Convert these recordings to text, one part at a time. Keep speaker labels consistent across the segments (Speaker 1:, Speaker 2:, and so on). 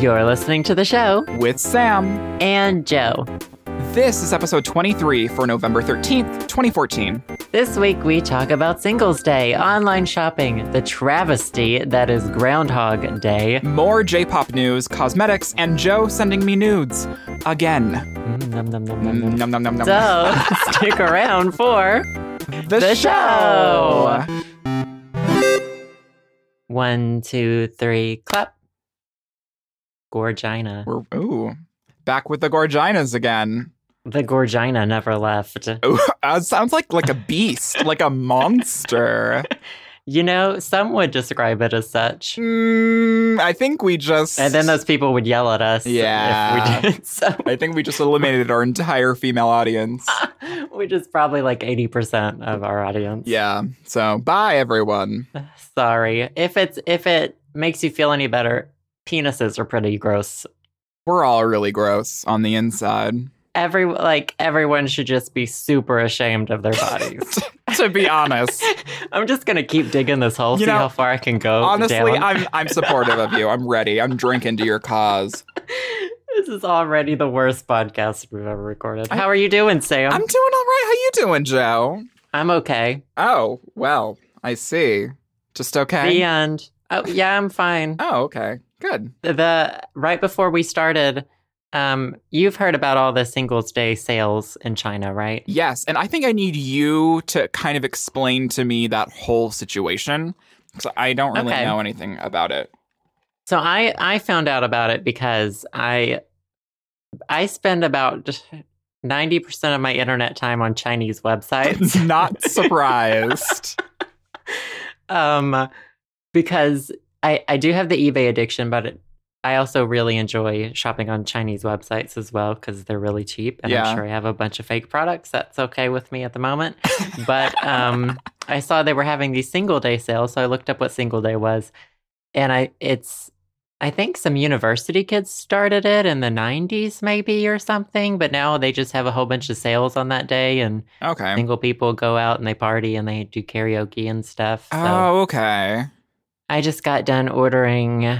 Speaker 1: You're listening to the show
Speaker 2: with Sam.
Speaker 1: and Joe.
Speaker 2: This is episode 23 for November 13th, 2014.
Speaker 1: This week we talk about Singles Day, online shopping, the travesty that is Groundhog Day.
Speaker 2: More J pop news, cosmetics, and Joe sending me nudes. Again.
Speaker 1: Mm, nom, nom, nom, nom, nom.
Speaker 2: Nom, nom, nom, Mm-hmm. nom.
Speaker 1: So stick around for
Speaker 2: the,
Speaker 1: the
Speaker 2: show.
Speaker 1: one, two, three, clap. Gorgina.
Speaker 2: We're, ooh. Back with the Gorginas again.
Speaker 1: The Gorgina never left.
Speaker 2: Ooh, that sounds like like a beast, like a monster.
Speaker 1: You know, some would describe it as such.
Speaker 2: Mm, I think we just.
Speaker 1: And then those people would yell at us
Speaker 2: Yeah.
Speaker 1: if we did so.
Speaker 2: I think we just eliminated our entire female audience.
Speaker 1: which is probably like 80% of our audience.
Speaker 2: Yeah. So bye, everyone.
Speaker 1: Sorry. If it's if it makes you feel any better, penises are pretty gross.
Speaker 2: We're all really gross on the inside.
Speaker 1: Every like everyone should just be super ashamed of their bodies.
Speaker 2: to be honest.
Speaker 1: I'm just going to keep digging this hole,
Speaker 2: You
Speaker 1: see
Speaker 2: know,
Speaker 1: how far I can go.
Speaker 2: Honestly,
Speaker 1: down.
Speaker 2: I'm I'm supportive of you. I'm ready. I'm drinking to your cause.
Speaker 1: this is already the worst podcast we've ever recorded. How are you doing, Sam?
Speaker 2: I'm doing all right. How you doing, Joe?
Speaker 1: I'm okay.
Speaker 2: Oh, well, I see. Just okay.
Speaker 1: The end. Oh, yeah, I'm fine.
Speaker 2: Oh, okay. Good.
Speaker 1: the right before we started um you've heard about all the singles day sales in china right
Speaker 2: Yes, and I think I need you to kind of explain to me that whole situation because I don't really
Speaker 1: Okay.
Speaker 2: know anything about it.
Speaker 1: so i i found out about it because i i spend about 90% of my internet time on chinese websites
Speaker 2: Not surprised.
Speaker 1: um because i i do have the ebay addiction but it, i also really enjoy shopping on chinese websites as well because they're really cheap and
Speaker 2: Yeah.
Speaker 1: i'm sure i have a bunch of fake products that's okay with me at the moment but um i saw they were having these single day sales so i looked up what single day was and i it's i think some university kids started it in the 90s maybe or something but now they just have a whole bunch of sales on that day and
Speaker 2: okay.
Speaker 1: single people go out and they party and they do karaoke and stuff so.
Speaker 2: Oh, okay.
Speaker 1: I just got done ordering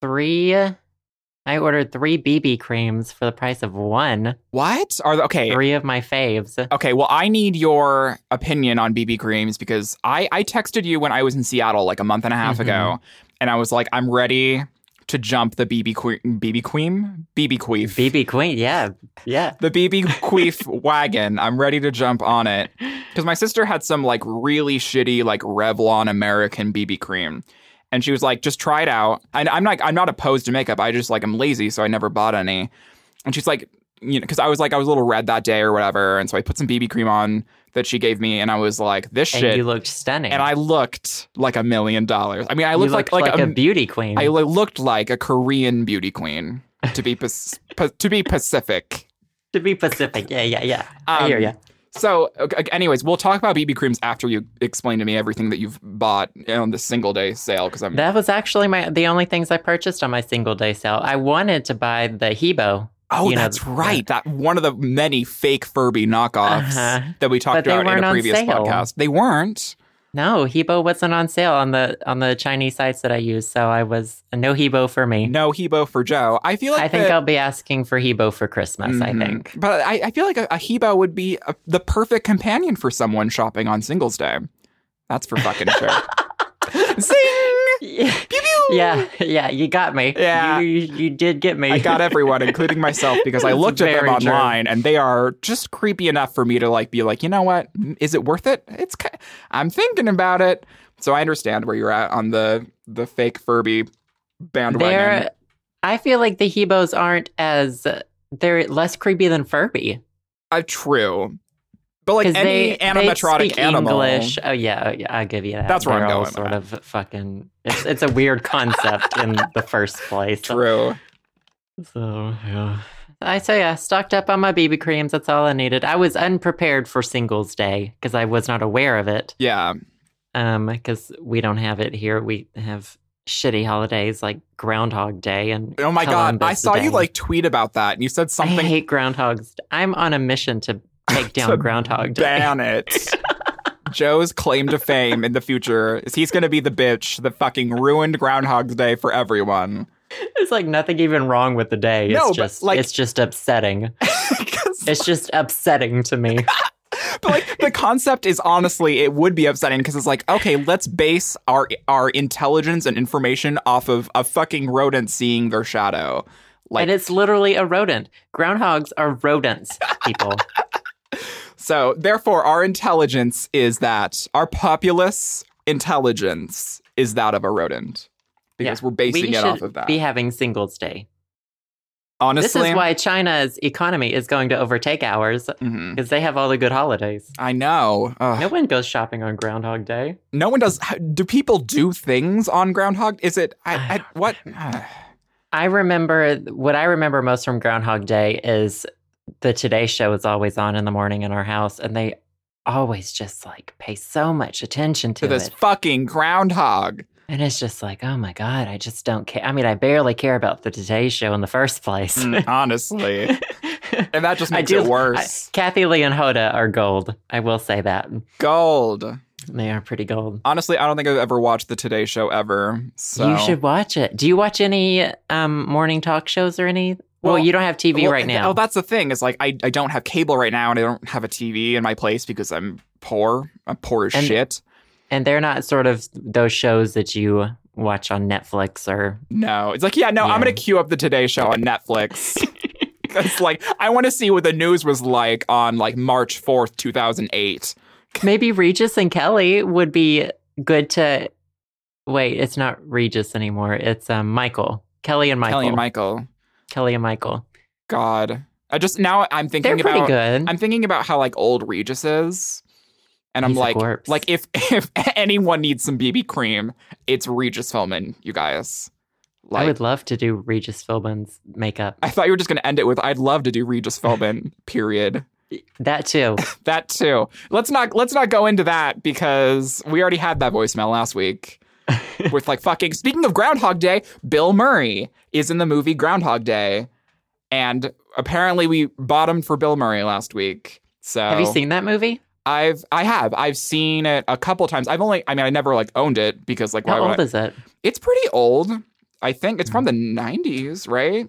Speaker 1: three. I ordered three BB creams for the price of one.
Speaker 2: What are the, okay?
Speaker 1: Three of my faves.
Speaker 2: Okay, well, I need your opinion on BB creams because I, I texted you when I was in Seattle like a month and a half
Speaker 1: Mhm.
Speaker 2: ago, and I was like, I'm ready to jump the BB que- BB queen BB queef
Speaker 1: BB Queen, yeah, yeah.
Speaker 2: the BB queef wagon. I'm ready to jump on it because my sister had some like really shitty like Revlon American BB cream, and she was like, just try it out. And I'm not I'm not opposed to makeup. I just like I'm lazy, so I never bought any. And she's like, you know, because I was like I was a little red that day or whatever, and so I put some BB cream on that she gave me, and I was like, this
Speaker 1: And
Speaker 2: shit.
Speaker 1: you looked stunning.
Speaker 2: and I looked like a million dollars. I mean, I
Speaker 1: You
Speaker 2: looked, like like,
Speaker 1: a,
Speaker 2: a,
Speaker 1: beauty queen.
Speaker 2: I lo- looked like a Korean beauty queen to be pas- pa- to be Pacific.
Speaker 1: to be Pacific, yeah, yeah, yeah. I
Speaker 2: Um,
Speaker 1: hear ya.
Speaker 2: So, okay, anyways, we'll talk about BB creams after you explain to me everything that you've bought on the single day sale because I'm
Speaker 1: That was actually my the only things I purchased on my single day sale. I wanted to buy the Hebo,
Speaker 2: oh,
Speaker 1: you know,
Speaker 2: that's right, that one of the many fake Furby knockoffs
Speaker 1: Uh-huh.
Speaker 2: that we talked
Speaker 1: But they
Speaker 2: about in
Speaker 1: weren't
Speaker 2: a
Speaker 1: on
Speaker 2: previous
Speaker 1: sale.
Speaker 2: podcast. They weren't.
Speaker 1: No, Hebo wasn't on sale on the on the Chinese sites that I use, so I was no Hebo for me.
Speaker 2: No Hebo for Joe. I feel like
Speaker 1: I think
Speaker 2: that-
Speaker 1: I'll be asking for Hebo for Christmas. I
Speaker 2: Mhm.
Speaker 1: think
Speaker 2: but I, I feel like a, a Hebo would be a, the perfect companion for someone shopping on Singles Day. That's for fucking sure. Zing!
Speaker 1: yeah,
Speaker 2: Pew, pew!
Speaker 1: yeah, yeah. You got me.
Speaker 2: Yeah.
Speaker 1: you, you, you did get me.
Speaker 2: I got everyone, including myself, because I
Speaker 1: That's
Speaker 2: looked at them
Speaker 1: very true.
Speaker 2: online and they are just creepy enough for me to like be like, you know what? Is it worth it? It's ki- I'm thinking about it. So I understand where you're at on the the fake Furby bandwagon.
Speaker 1: They're, I feel like the Hebos aren't as they're less creepy than Furby
Speaker 2: Uh, true, but like
Speaker 1: because
Speaker 2: any
Speaker 1: they
Speaker 2: animatronic
Speaker 1: they speak
Speaker 2: animal,
Speaker 1: English. Oh yeah, oh, yeah, I'll give you that.
Speaker 2: That's where
Speaker 1: They're
Speaker 2: I'm
Speaker 1: all
Speaker 2: going with
Speaker 1: Sort of fucking. It's, it's a weird concept in the first place.
Speaker 2: true.
Speaker 1: So yeah. I so yeah, stocked up on my BB creams. That's all I needed. I was unprepared for Singles Day because I was not aware of it.
Speaker 2: Yeah,
Speaker 1: um because we don't have it here we have shitty holidays like groundhog day and
Speaker 2: Oh my god, I
Speaker 1: Columbus
Speaker 2: saw
Speaker 1: Day.
Speaker 2: you like tweet about that, and you
Speaker 1: i
Speaker 2: said something.
Speaker 1: hate groundhogs i'm on a mission to take down
Speaker 2: To
Speaker 1: groundhog day
Speaker 2: Ban it. Joe's claim to fame in the future is he's going to be the bitch that fucking ruined Groundhog's Day for everyone.
Speaker 1: It's like nothing even wrong with the day. It's
Speaker 2: No, but,
Speaker 1: just
Speaker 2: like-
Speaker 1: it's just upsetting.
Speaker 2: 'Cause-
Speaker 1: It's just upsetting to me.
Speaker 2: but like the concept is honestly, it would be upsetting because it's like, okay, let's base our our intelligence and information off of a fucking rodent seeing their shadow. Like
Speaker 1: and it's literally a rodent. Groundhogs are rodents, people.
Speaker 2: So, therefore, our intelligence is that our populace intelligence is that of a rodent because
Speaker 1: Yeah.
Speaker 2: we're basing
Speaker 1: we
Speaker 2: it
Speaker 1: should
Speaker 2: off of that.
Speaker 1: be having Singles Day.
Speaker 2: Honestly,
Speaker 1: this is why China's economy is going to overtake ours
Speaker 2: Mhm.
Speaker 1: because they have all the good holidays.
Speaker 2: I know. Ugh.
Speaker 1: No one goes shopping on Groundhog Day.
Speaker 2: No one does. how- Do people do things on Groundhog? Is it? I,
Speaker 1: I
Speaker 2: I,
Speaker 1: don't
Speaker 2: what? Ah,
Speaker 1: I remember what I remember most from Groundhog Day is the Today Show is always on in the morning in our house, and they always just like pay so much attention to,
Speaker 2: to this
Speaker 1: it,
Speaker 2: fucking groundhog.
Speaker 1: and it's just like, oh my god, I just don't care. I mean, I barely care about the Today Show in the first place.
Speaker 2: Mm, honestly, and that just
Speaker 1: I
Speaker 2: makes
Speaker 1: do-
Speaker 2: it worse.
Speaker 1: I- Kathy Lee and Hoda are gold. I will say that
Speaker 2: Gold.
Speaker 1: they are pretty gold.
Speaker 2: Honestly, I don't think I've ever watched the Today Show ever. So
Speaker 1: You should watch it. Do you watch any um, morning talk shows or any? Well,
Speaker 2: Well-
Speaker 1: you don't have TV
Speaker 2: Well,
Speaker 1: right
Speaker 2: th-
Speaker 1: now.
Speaker 2: Oh, that's the thing. Is like I, I don't have cable right now, and I don't have a TV in my place because I'm poor. I'm poor as
Speaker 1: And-
Speaker 2: shit.
Speaker 1: And they're not sort of those shows that you watch on Netflix or
Speaker 2: No, it's like yeah, no.
Speaker 1: Yeah.
Speaker 2: I'm gonna queue up the Today Show on Netflix. It's like I want to see what the news was like on like March fourth, two thousand eight.
Speaker 1: maybe Regis and Kelly would be good to wait, it's not Regis anymore. It's um, Michael. Kelly and Michael.
Speaker 2: Kelly and Michael.
Speaker 1: Kelly and Michael.
Speaker 2: God, I just now I'm
Speaker 1: They're
Speaker 2: thinking
Speaker 1: pretty
Speaker 2: about.
Speaker 1: good.
Speaker 2: I'm thinking about how like old Regis is, and I'm
Speaker 1: He's a
Speaker 2: like,
Speaker 1: corpse.
Speaker 2: like if if anyone needs some BB cream, it's Regis Philbin, you guys.
Speaker 1: I would love to do Regis Philbin's makeup.
Speaker 2: I thought you were just going to end it with "I'd love to do Regis Philbin." period.
Speaker 1: That too.
Speaker 2: That too. Let's not let's not go into that because we already had that voicemail last week with like fucking. Speaking of Groundhog Day, Bill Murray is in the movie Groundhog Day, and apparently we bottomed for Bill Murray last week. So
Speaker 1: Have you seen that movie?
Speaker 2: I've I have I've seen it a couple times. I've only I mean I never like owned it because like why
Speaker 1: How
Speaker 2: would
Speaker 1: old
Speaker 2: I-
Speaker 1: is it? Hmm.
Speaker 2: it's pretty old. I think it's from the '90s, right?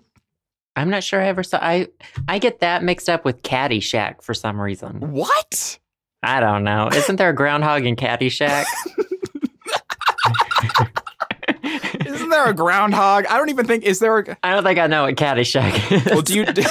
Speaker 1: I'm not sure I ever saw I I get that mixed up with Caddyshack for some reason.
Speaker 2: What?
Speaker 1: I don't know. Isn't there a groundhog in Caddyshack?
Speaker 2: Isn't there a groundhog? I don't even think is there. A,
Speaker 1: I don't think I know what Caddyshack is.
Speaker 2: well, do you do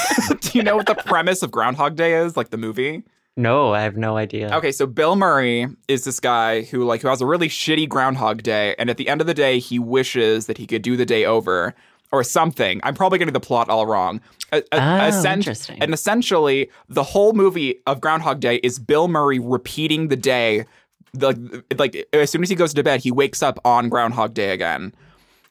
Speaker 2: you know what the premise of Groundhog Day is? Like the movie.
Speaker 1: No, I have no idea.
Speaker 2: Okay, so Bill Murray is this guy who like who has a really shitty Groundhog Day, and at the end of the day, he wishes that he could do the day over or something. I'm probably getting the plot all wrong. A, a-
Speaker 1: Oh,
Speaker 2: essen-
Speaker 1: interesting.
Speaker 2: And essentially, the whole movie of Groundhog Day is Bill Murray repeating the day. The, like as soon as he goes to bed, he wakes up on Groundhog Day again,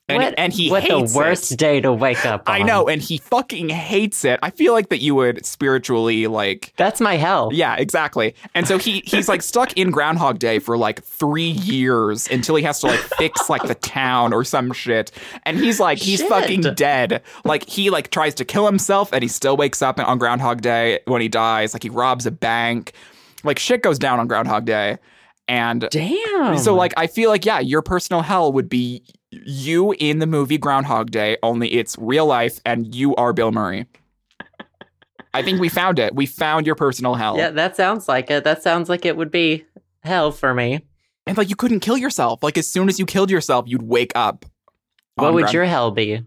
Speaker 2: and
Speaker 1: what,
Speaker 2: and he
Speaker 1: what
Speaker 2: hates
Speaker 1: the worst
Speaker 2: it.
Speaker 1: day to wake up.
Speaker 2: I
Speaker 1: on.
Speaker 2: know, and he fucking hates it. I feel like that you would spiritually like
Speaker 1: That's my hell.
Speaker 2: yeah, exactly. And so he he's like stuck in Groundhog Day for like three years until he has to like fix like the town or some shit. And he's like he's
Speaker 1: Shit.
Speaker 2: fucking dead. Like he like tries to kill himself and he still wakes up on Groundhog Day when he dies. Like he robs a bank. Like shit goes down on Groundhog Day. And
Speaker 1: Damn.
Speaker 2: so like I feel like yeah, your personal hell would be you in the movie Groundhog Day, only it's real life and you are Bill Murray. I think we found it. We found your personal hell.
Speaker 1: yeah, that sounds like it. That sounds like it would be hell for me.
Speaker 2: And like you couldn't kill yourself. Like as soon as you killed yourself, you'd wake up.
Speaker 1: What
Speaker 2: on
Speaker 1: would
Speaker 2: ground-
Speaker 1: your hell be?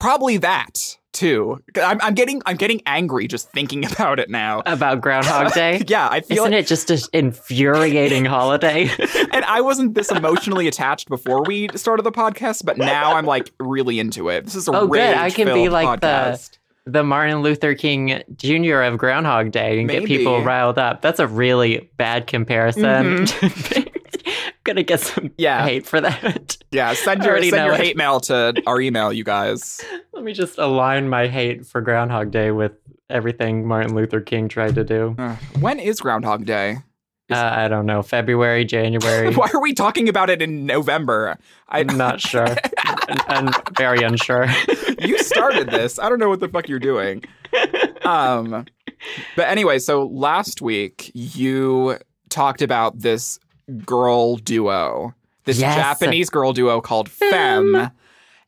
Speaker 2: probably that too? 'Cause I'm, I'm getting I'm getting angry just thinking about it now.
Speaker 1: About Groundhog Day?
Speaker 2: Yeah, I feel
Speaker 1: Isn't
Speaker 2: like,
Speaker 1: it just an infuriating holiday?
Speaker 2: and I wasn't this emotionally attached before we started the podcast, but now I'm like really into it. This is a
Speaker 1: Oh, good. I can be
Speaker 2: rage-filled
Speaker 1: like the-
Speaker 2: podcast.
Speaker 1: the Martin Luther King Jr. of Groundhog Day and get people
Speaker 2: Maybe.
Speaker 1: riled up. That's a really bad comparison. I'm gonna get some
Speaker 2: Mm-hmm. Yeah.
Speaker 1: hate for that.
Speaker 2: Yeah, send
Speaker 1: I
Speaker 2: your
Speaker 1: already
Speaker 2: send
Speaker 1: know
Speaker 2: your
Speaker 1: it.
Speaker 2: hate mail to our email, you guys.
Speaker 1: Let me just align my hate for Groundhog Day with everything Martin Luther King tried to do.
Speaker 2: Ugh. when is Groundhog Day?
Speaker 1: Uh, I don't know, February, January.
Speaker 2: Why are we talking about it in November? I
Speaker 1: I'm not sure. I'm I'm very unsure.
Speaker 2: you started this. I don't know what the fuck you're doing. Um, but anyway, so last week you talked about this girl duo, this
Speaker 1: Yes.
Speaker 2: Japanese girl duo called Femme.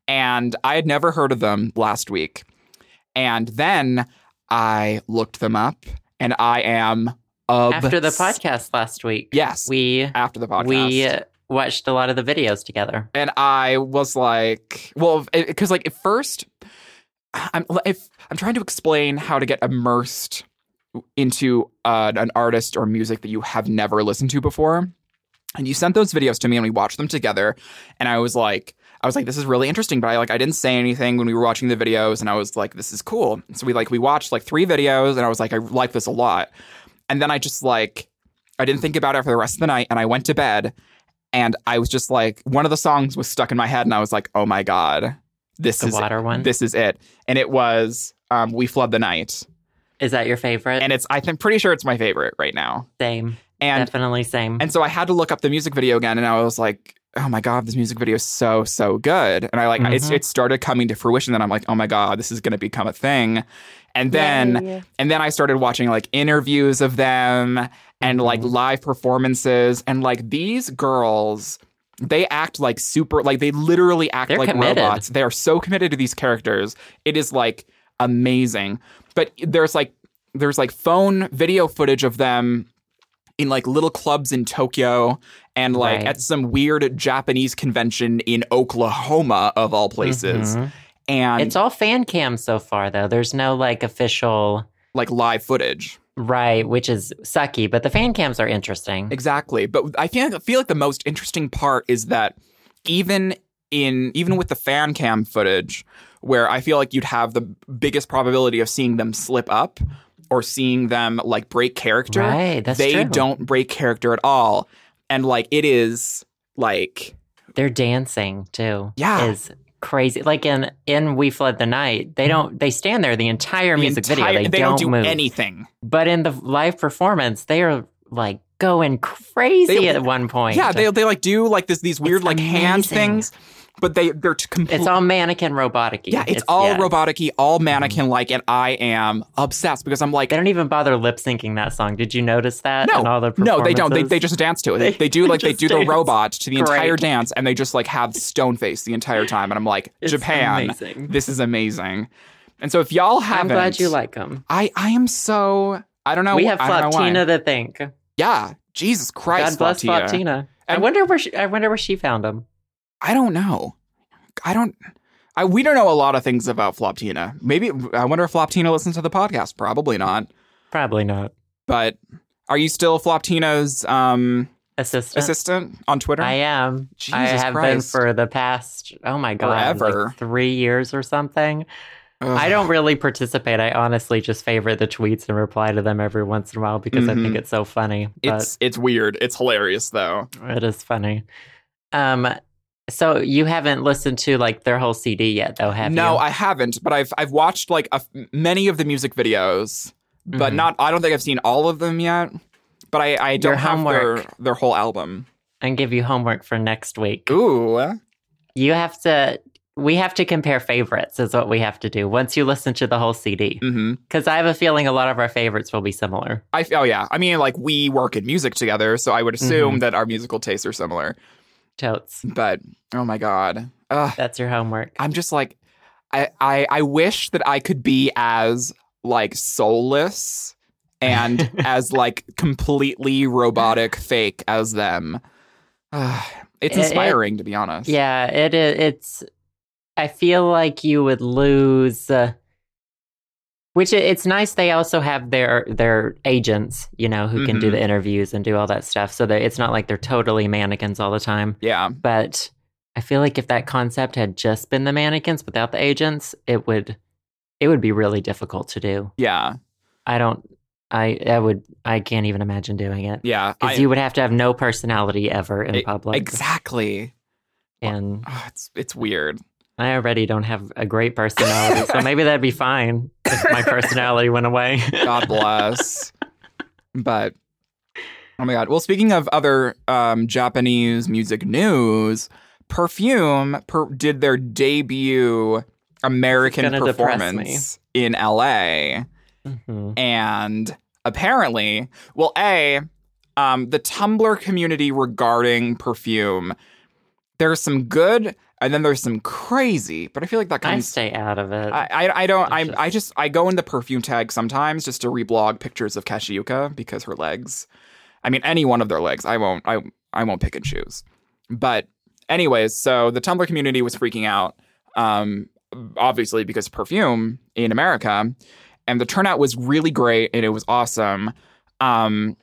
Speaker 2: And I had never heard of them last week. And then I looked them up and I am obs-
Speaker 1: After the podcast last week,
Speaker 2: Yes.
Speaker 1: we
Speaker 2: after the podcast.
Speaker 1: we watched a lot of the videos together.
Speaker 2: and I was like, well, because like at first, I'm if I'm trying to explain how to get immersed into uh, an artist or music that you have never listened to before, and you sent those videos to me and we watched them together, and I was like. I was like, this is really interesting, but I like I didn't say anything when we were watching the videos, and I was like, this is cool. So we like we watched like three videos, and I was like, I like this a lot. And then I just like I didn't think about it for the rest of the night, and I went to bed, and I was just like, one of the songs was stuck in my head, and I was like, oh my god, this
Speaker 1: The
Speaker 2: is
Speaker 1: water one
Speaker 2: this is it. And it was um, We Flood the Night.
Speaker 1: is that your favorite?
Speaker 2: And it's, I'm pretty sure it's my favorite right now.
Speaker 1: same,
Speaker 2: And,
Speaker 1: definitely same.
Speaker 2: and so I had to look up the music video again and I was like, oh my God, this music video is so, so good. And I like, it's,
Speaker 1: Mhm.
Speaker 2: it started coming to fruition. Then I'm like, oh my God, this is going to become a thing. And then, and then I started watching like interviews of them and like
Speaker 1: Mhm.
Speaker 2: live performances. And like these girls, they act like super, like they literally act
Speaker 1: They're
Speaker 2: like
Speaker 1: committed.
Speaker 2: robots. They are so committed to these characters. It is like amazing. But there's like, there's like phone video footage of them in like little clubs in Tokyo and like
Speaker 1: Right.
Speaker 2: at some weird Japanese convention in Oklahoma of all places. Um,
Speaker 1: Mhm.
Speaker 2: And
Speaker 1: It's all fan cam so far, though. There's no like official
Speaker 2: like live footage.
Speaker 1: right, which is sucky. But the fan cams are interesting.
Speaker 2: Exactly. But I feel I feel like the most interesting part is that even in even with the fan cam footage, where I feel like you'd have the biggest probability of seeing them slip up or seeing them like break character,
Speaker 1: Right, that's
Speaker 2: they
Speaker 1: true.
Speaker 2: don't break character at all. And like it is like
Speaker 1: Their dancing too.
Speaker 2: Yeah.
Speaker 1: is crazy. Like in in We Flood the Night, they don't. They stand there the entire
Speaker 2: Mm-hmm. the
Speaker 1: music
Speaker 2: entire-
Speaker 1: video. They,
Speaker 2: don't, do
Speaker 1: move.
Speaker 2: anything.
Speaker 1: But in the live performance, they are like going crazy
Speaker 2: They-
Speaker 1: at one point.
Speaker 2: Yeah, they, they like do like this these weird like hand
Speaker 1: amazing.
Speaker 2: things, but they they're t- completely
Speaker 1: it's all Mm-hmm. mannequin robotic.
Speaker 2: yeah, it's, all robotic-y, all mannequin-like, and I am obsessed because I'm like,
Speaker 1: They don't even bother lip syncing that song. Did you notice that?
Speaker 2: No,
Speaker 1: in all the
Speaker 2: No, they don't. They, they
Speaker 1: performances?
Speaker 2: just dance to it. They,
Speaker 1: They-
Speaker 2: they do
Speaker 1: they
Speaker 2: like they
Speaker 1: just
Speaker 2: do the
Speaker 1: dance.
Speaker 2: robot to the
Speaker 1: Great.
Speaker 2: entire dance, and they just like have stone face the entire time. And I'm like,
Speaker 1: It's
Speaker 2: Japan,
Speaker 1: amazing.
Speaker 2: this is amazing. And so if y'all
Speaker 1: I'm
Speaker 2: haven't,
Speaker 1: glad you like them.
Speaker 2: I I am so I don't know.
Speaker 1: we have
Speaker 2: I don't know why.
Speaker 1: Flatina to thank. God
Speaker 2: Yeah, Jesus Christ,
Speaker 1: bless
Speaker 2: Flatina.
Speaker 1: Flatina. I
Speaker 2: And-
Speaker 1: wonder where she, I wonder where she found them.
Speaker 2: I don't know. I don't. I, we don't know a lot of things about Floptina. Maybe I wonder if Floptina listens to the podcast. Probably not.
Speaker 1: Probably not.
Speaker 2: But are you still Floptina's um,
Speaker 1: Assistant.
Speaker 2: assistant on Twitter?
Speaker 1: I am. I
Speaker 2: Jesus
Speaker 1: have
Speaker 2: Christ.
Speaker 1: been for the past oh my god, like
Speaker 2: Forever.
Speaker 1: three years or something.
Speaker 2: Ugh.
Speaker 1: I don't really participate. I honestly just favorite the tweets and reply to them every once in a while because I think
Speaker 2: Mhm.
Speaker 1: it's so funny. But
Speaker 2: It's it's weird. It's hilarious though.
Speaker 1: it is funny. Um, so you haven't listened to like their whole CD yet, though, have
Speaker 2: no,
Speaker 1: you?
Speaker 2: I haven't, but I've I've watched like a f many of the music videos, but
Speaker 1: Mhm.
Speaker 2: not. I don't think I've seen all of them yet. But I, I
Speaker 1: Your
Speaker 2: don't have their,
Speaker 1: homework.
Speaker 2: their whole album.
Speaker 1: and give you homework for next week.
Speaker 2: Ooh,
Speaker 1: You have to. We have to compare favorites, is what we have to do once you listen to the whole CD.
Speaker 2: hmm
Speaker 1: Because I have a feeling a lot of our favorites will be similar.
Speaker 2: I f- oh yeah. I mean, like we work in music together, so I would assume
Speaker 1: Mm-hmm.
Speaker 2: that our musical tastes are similar.
Speaker 1: Totes.
Speaker 2: But oh my god, Ugh,
Speaker 1: That's your homework.
Speaker 2: I'm just like, I, I I wish that I could be as like soulless and as like completely robotic fake as them. Ugh, it's
Speaker 1: It- it-
Speaker 2: inspiring to be honest.
Speaker 1: Yeah, it i- it's. I feel like you would lose. Uh, which i- it's nice they also have their their agents, you know, who can do
Speaker 2: Mhm.
Speaker 1: the interviews and do all that stuff. So that it's not like they're totally mannequins all the time.
Speaker 2: Yeah.
Speaker 1: But I feel like if that concept had just been the mannequins without the agents, it would it would be really difficult to do.
Speaker 2: Yeah.
Speaker 1: I don't. I I would. I can't even imagine doing it
Speaker 2: Yeah. I-
Speaker 1: because you would have to have no personality ever in
Speaker 2: E-
Speaker 1: public.
Speaker 2: exactly.
Speaker 1: And
Speaker 2: Ugh, it's it's weird.
Speaker 1: I already don't have a great personality, so maybe that'd be fine if my personality went away.
Speaker 2: God bless. but oh my god. Well, speaking of other um, Japanese music news, Perfume per- did their debut American
Speaker 1: gonna depress me.
Speaker 2: performance in LA, Mm-hmm.
Speaker 1: Mhm.
Speaker 2: and apparently, well, a um, the Tumblr community regarding Perfume There's some good, and then there's some crazy. But I feel like that
Speaker 1: I
Speaker 2: comes.
Speaker 1: stay out of it.
Speaker 2: I, I, I
Speaker 1: It's
Speaker 2: don't. I,
Speaker 1: just-
Speaker 2: I just I go in the perfume tag sometimes just to reblog pictures of Kashiyuka because her legs. I mean, any one of their legs. I won't. I I won't pick and choose. But anyways, so the Tumblr community was freaking out, um, obviously because perfume in America, and the turnout was really great and it was awesome. Um,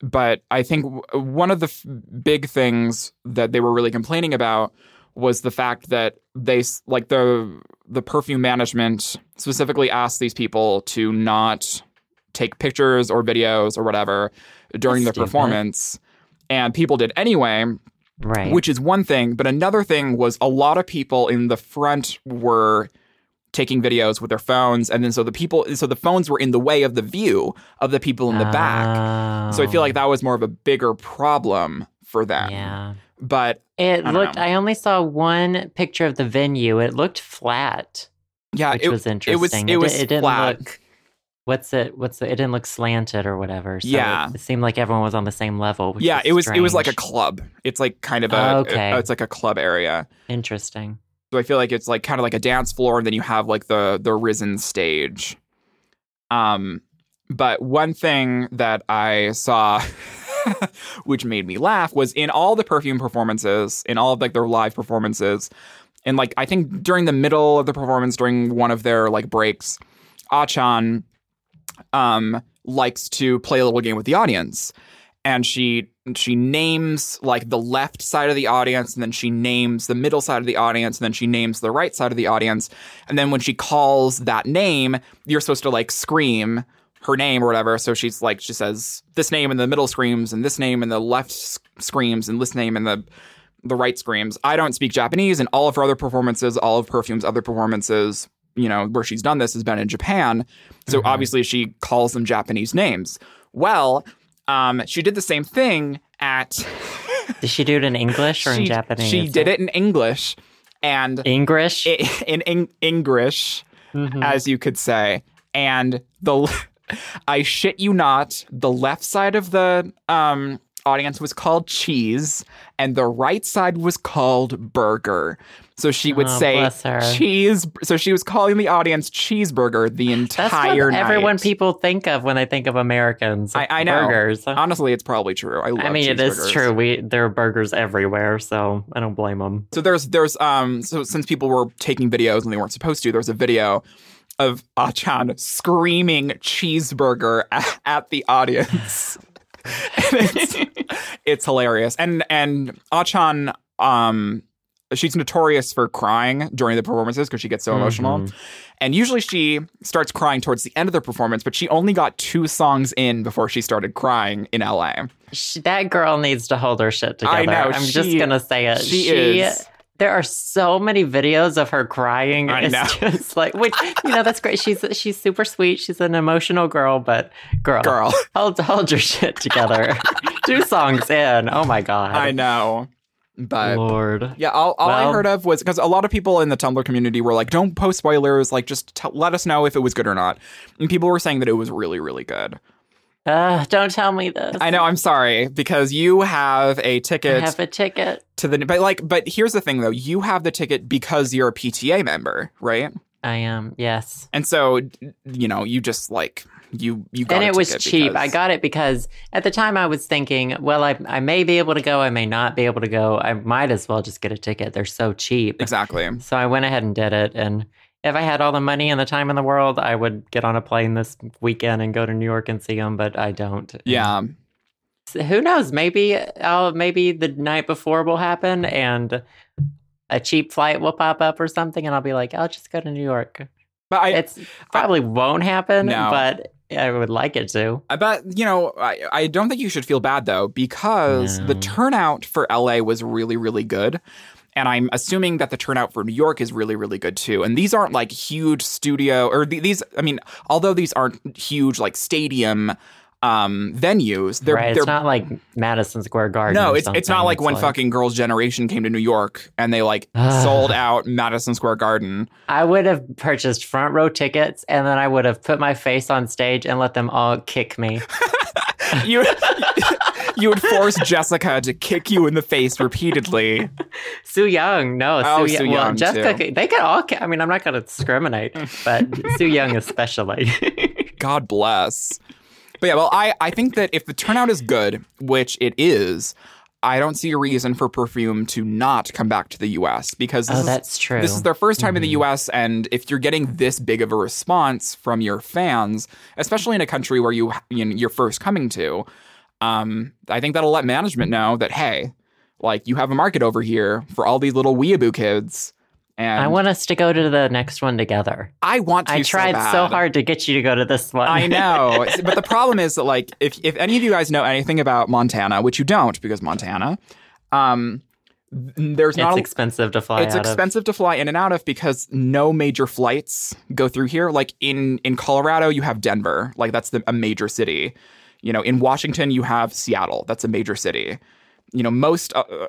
Speaker 2: but I think w- one of the f- big things that they were really complaining about was the fact that they s- like the the perfume management specifically asked these people to not take pictures or videos or whatever during
Speaker 1: That's
Speaker 2: their
Speaker 1: stupid.
Speaker 2: performance and people did anyway
Speaker 1: right.
Speaker 2: which is one thing but another thing was a lot of people in the front were taking videos with their phones and then so the people so the phones were in the way of the view of the people in the back so I feel like that was more of a bigger problem for them.
Speaker 1: Oh, Yeah.
Speaker 2: But
Speaker 1: It
Speaker 2: don't
Speaker 1: looked.
Speaker 2: know.
Speaker 1: I only saw one picture of the venue. It looked flat,
Speaker 2: yeah,
Speaker 1: which
Speaker 2: Uh, it,
Speaker 1: was
Speaker 2: it was
Speaker 1: interesting.
Speaker 2: it
Speaker 1: di-
Speaker 2: was
Speaker 1: didn't
Speaker 2: flat.
Speaker 1: look. What's it? What's the, it? Didn't look slanted or whatever. So
Speaker 2: Yeah.
Speaker 1: It, it seemed like everyone was on the same level. Which
Speaker 2: yeah,
Speaker 1: was
Speaker 2: it was it was like a
Speaker 1: strange.
Speaker 2: club. It's like kind of a
Speaker 1: Oh, okay.
Speaker 2: it's like a club area.
Speaker 1: interesting.
Speaker 2: So I feel like it's like kind of like a dance floor, and then you have like the the risen stage. Um, but one thing that I saw, which made me laugh, was in all the perfume performances, in all of like their live performances, and like I think during the middle of the performance, during one of their like breaks, Achan, um, likes to play a little game with the audience, and she she names like the left side of the audience, and then she names the middle side of the audience, and then she names the right side of the audience, and then when she calls that name, you're supposed to like scream her name or whatever. So she's like she says this name in the middle screams, and this name in the left s- screams, and this name in the the right screams. I don't speak Japanese, and all of her other performances, all of Perfume's other performances, you know, where she's done this has been in Japan. So
Speaker 1: Mhm.
Speaker 2: obviously she calls them Japanese names. Well, um, she did the same thing at
Speaker 1: Did she do it in English or
Speaker 2: she,
Speaker 1: in Japanese?
Speaker 2: She did it in English and
Speaker 1: English.
Speaker 2: i- in, in English,
Speaker 1: Mhm.
Speaker 2: as you could say. And the I shit you not, the left side of the um audience was called cheese and the right side was called burger. So she would
Speaker 1: Oh,
Speaker 2: say
Speaker 1: bless her.
Speaker 2: cheese so she was calling the audience cheeseburger the entire
Speaker 1: That's what
Speaker 2: night.
Speaker 1: everyone people think of when they think of Americans.
Speaker 2: I- I know.
Speaker 1: burgers.
Speaker 2: Honestly, it's probably true. I love
Speaker 1: I mean, it is
Speaker 2: cheeseburgers.
Speaker 1: true. We there are burgers everywhere, so I don't blame them.
Speaker 2: So there's there's um so since people were taking videos and they weren't supposed to, there's a video of Achan screaming cheeseburger at, at the audience. And it's, it's hilarious. And and Achan um she's notorious for crying during the performances because she gets so emotional. And usually she starts crying towards the end of the performance, but she only got two songs in before she started crying in LA.
Speaker 1: She, that girl needs to hold her shit together.
Speaker 2: I know,
Speaker 1: I'm just
Speaker 2: she-
Speaker 1: gonna say it.
Speaker 2: she is-
Speaker 1: There are so many videos of her crying.
Speaker 2: I
Speaker 1: it's
Speaker 2: know.
Speaker 1: just like, which you know, that's great. She's she's super sweet. She's an emotional girl, but girl,
Speaker 2: Girl.
Speaker 1: hold hold your shit together. Two songs in. Oh my god.
Speaker 2: I know. But
Speaker 1: Lord.
Speaker 2: Yeah, all, all I
Speaker 1: Well-
Speaker 2: heard of was because a lot of people in the Tumblr community were like, "Don't post spoilers. Like, just tell let us know if it was good or not." And people were saying that it was really, really good.
Speaker 1: Uh, don't tell me this.
Speaker 2: I know. I'm sorry because you have a
Speaker 1: I
Speaker 2: ticket
Speaker 1: have a ticket.
Speaker 2: to the, but like, but here's the thing though: you have the ticket because you're a PTA member, right?
Speaker 1: I am. Yes.
Speaker 2: And so, you know, you just like you you got.
Speaker 1: and
Speaker 2: a
Speaker 1: it was
Speaker 2: ticket
Speaker 1: cheap.
Speaker 2: because-
Speaker 1: I got it because at the time I was thinking, well, I, I may be able to go, I may not be able to go. I might as well just get a ticket. They're so cheap.
Speaker 2: exactly.
Speaker 1: So I went ahead and did it. And if I had all the money and the time in the world, I would get on a plane this weekend and go to New York and see them, but I don't.
Speaker 2: Yeah,
Speaker 1: So who knows? Maybe I'll, maybe the night before will happen and a cheap flight will pop up or something. And I'll be like, I'll just go to New York.
Speaker 2: but I,
Speaker 1: It's probably won't happen,
Speaker 2: No.
Speaker 1: but I would like it to.
Speaker 2: I bet you know. I, I don't think you should feel bad though, because the
Speaker 1: No.
Speaker 2: turnout for LA was really, really good, and I'm assuming that the turnout for New York is really, really good too. And these aren't like huge studio or th- these. I mean, although these aren't huge like stadium um venues, they're
Speaker 1: right,
Speaker 2: they're
Speaker 1: it's not like Madison Square Garden.
Speaker 2: no,
Speaker 1: or
Speaker 2: it's it's not
Speaker 1: something.
Speaker 2: like when fucking Girls Generation came to New York and they like
Speaker 1: Ugh.
Speaker 2: sold out Madison Square Garden.
Speaker 1: I would have purchased front row tickets, and then I would have put my face on stage and let them all kick me.
Speaker 2: You you would force Jessica to kick you in the face repeatedly.
Speaker 1: Soo Young, no,
Speaker 2: Oh,
Speaker 1: Soo,
Speaker 2: Soo
Speaker 1: Young. Well,
Speaker 2: Young,
Speaker 1: Jessica,
Speaker 2: too.
Speaker 1: they could all. Ca- I mean, I'm not going to discriminate, but Soo Young especially.
Speaker 2: God bless. But yeah, well, I, I think that if the turnout is good, which it is, I don't see a reason for Perfume to not come back to the US because this
Speaker 1: oh,
Speaker 2: is
Speaker 1: that's true. Mm-hmm.
Speaker 2: This is their first time in the US, and if you're getting this big of a response from your fans, especially in a country where you, you know, you're first coming to, um, I think that'll let management know that hey, like you have a market over here for all these little weeaboo kids, and
Speaker 1: I want us to go to the next one together.
Speaker 2: I want to.
Speaker 1: I tried
Speaker 2: so,
Speaker 1: so
Speaker 2: bad.
Speaker 1: hard to get you to go to this one.
Speaker 2: I know. but the problem is that like if if any of you guys know anything about Montana, which you don't because Montana, um th- there's
Speaker 1: it's
Speaker 2: not a,
Speaker 1: expensive to fly
Speaker 2: it's
Speaker 1: out of.
Speaker 2: expensive to fly in and out of because no major flights go through here. Like in in Colorado, you have Denver, like that's the, a major city. You know, in Washington, you have Seattle, that's a major city. You know, most uh, uh,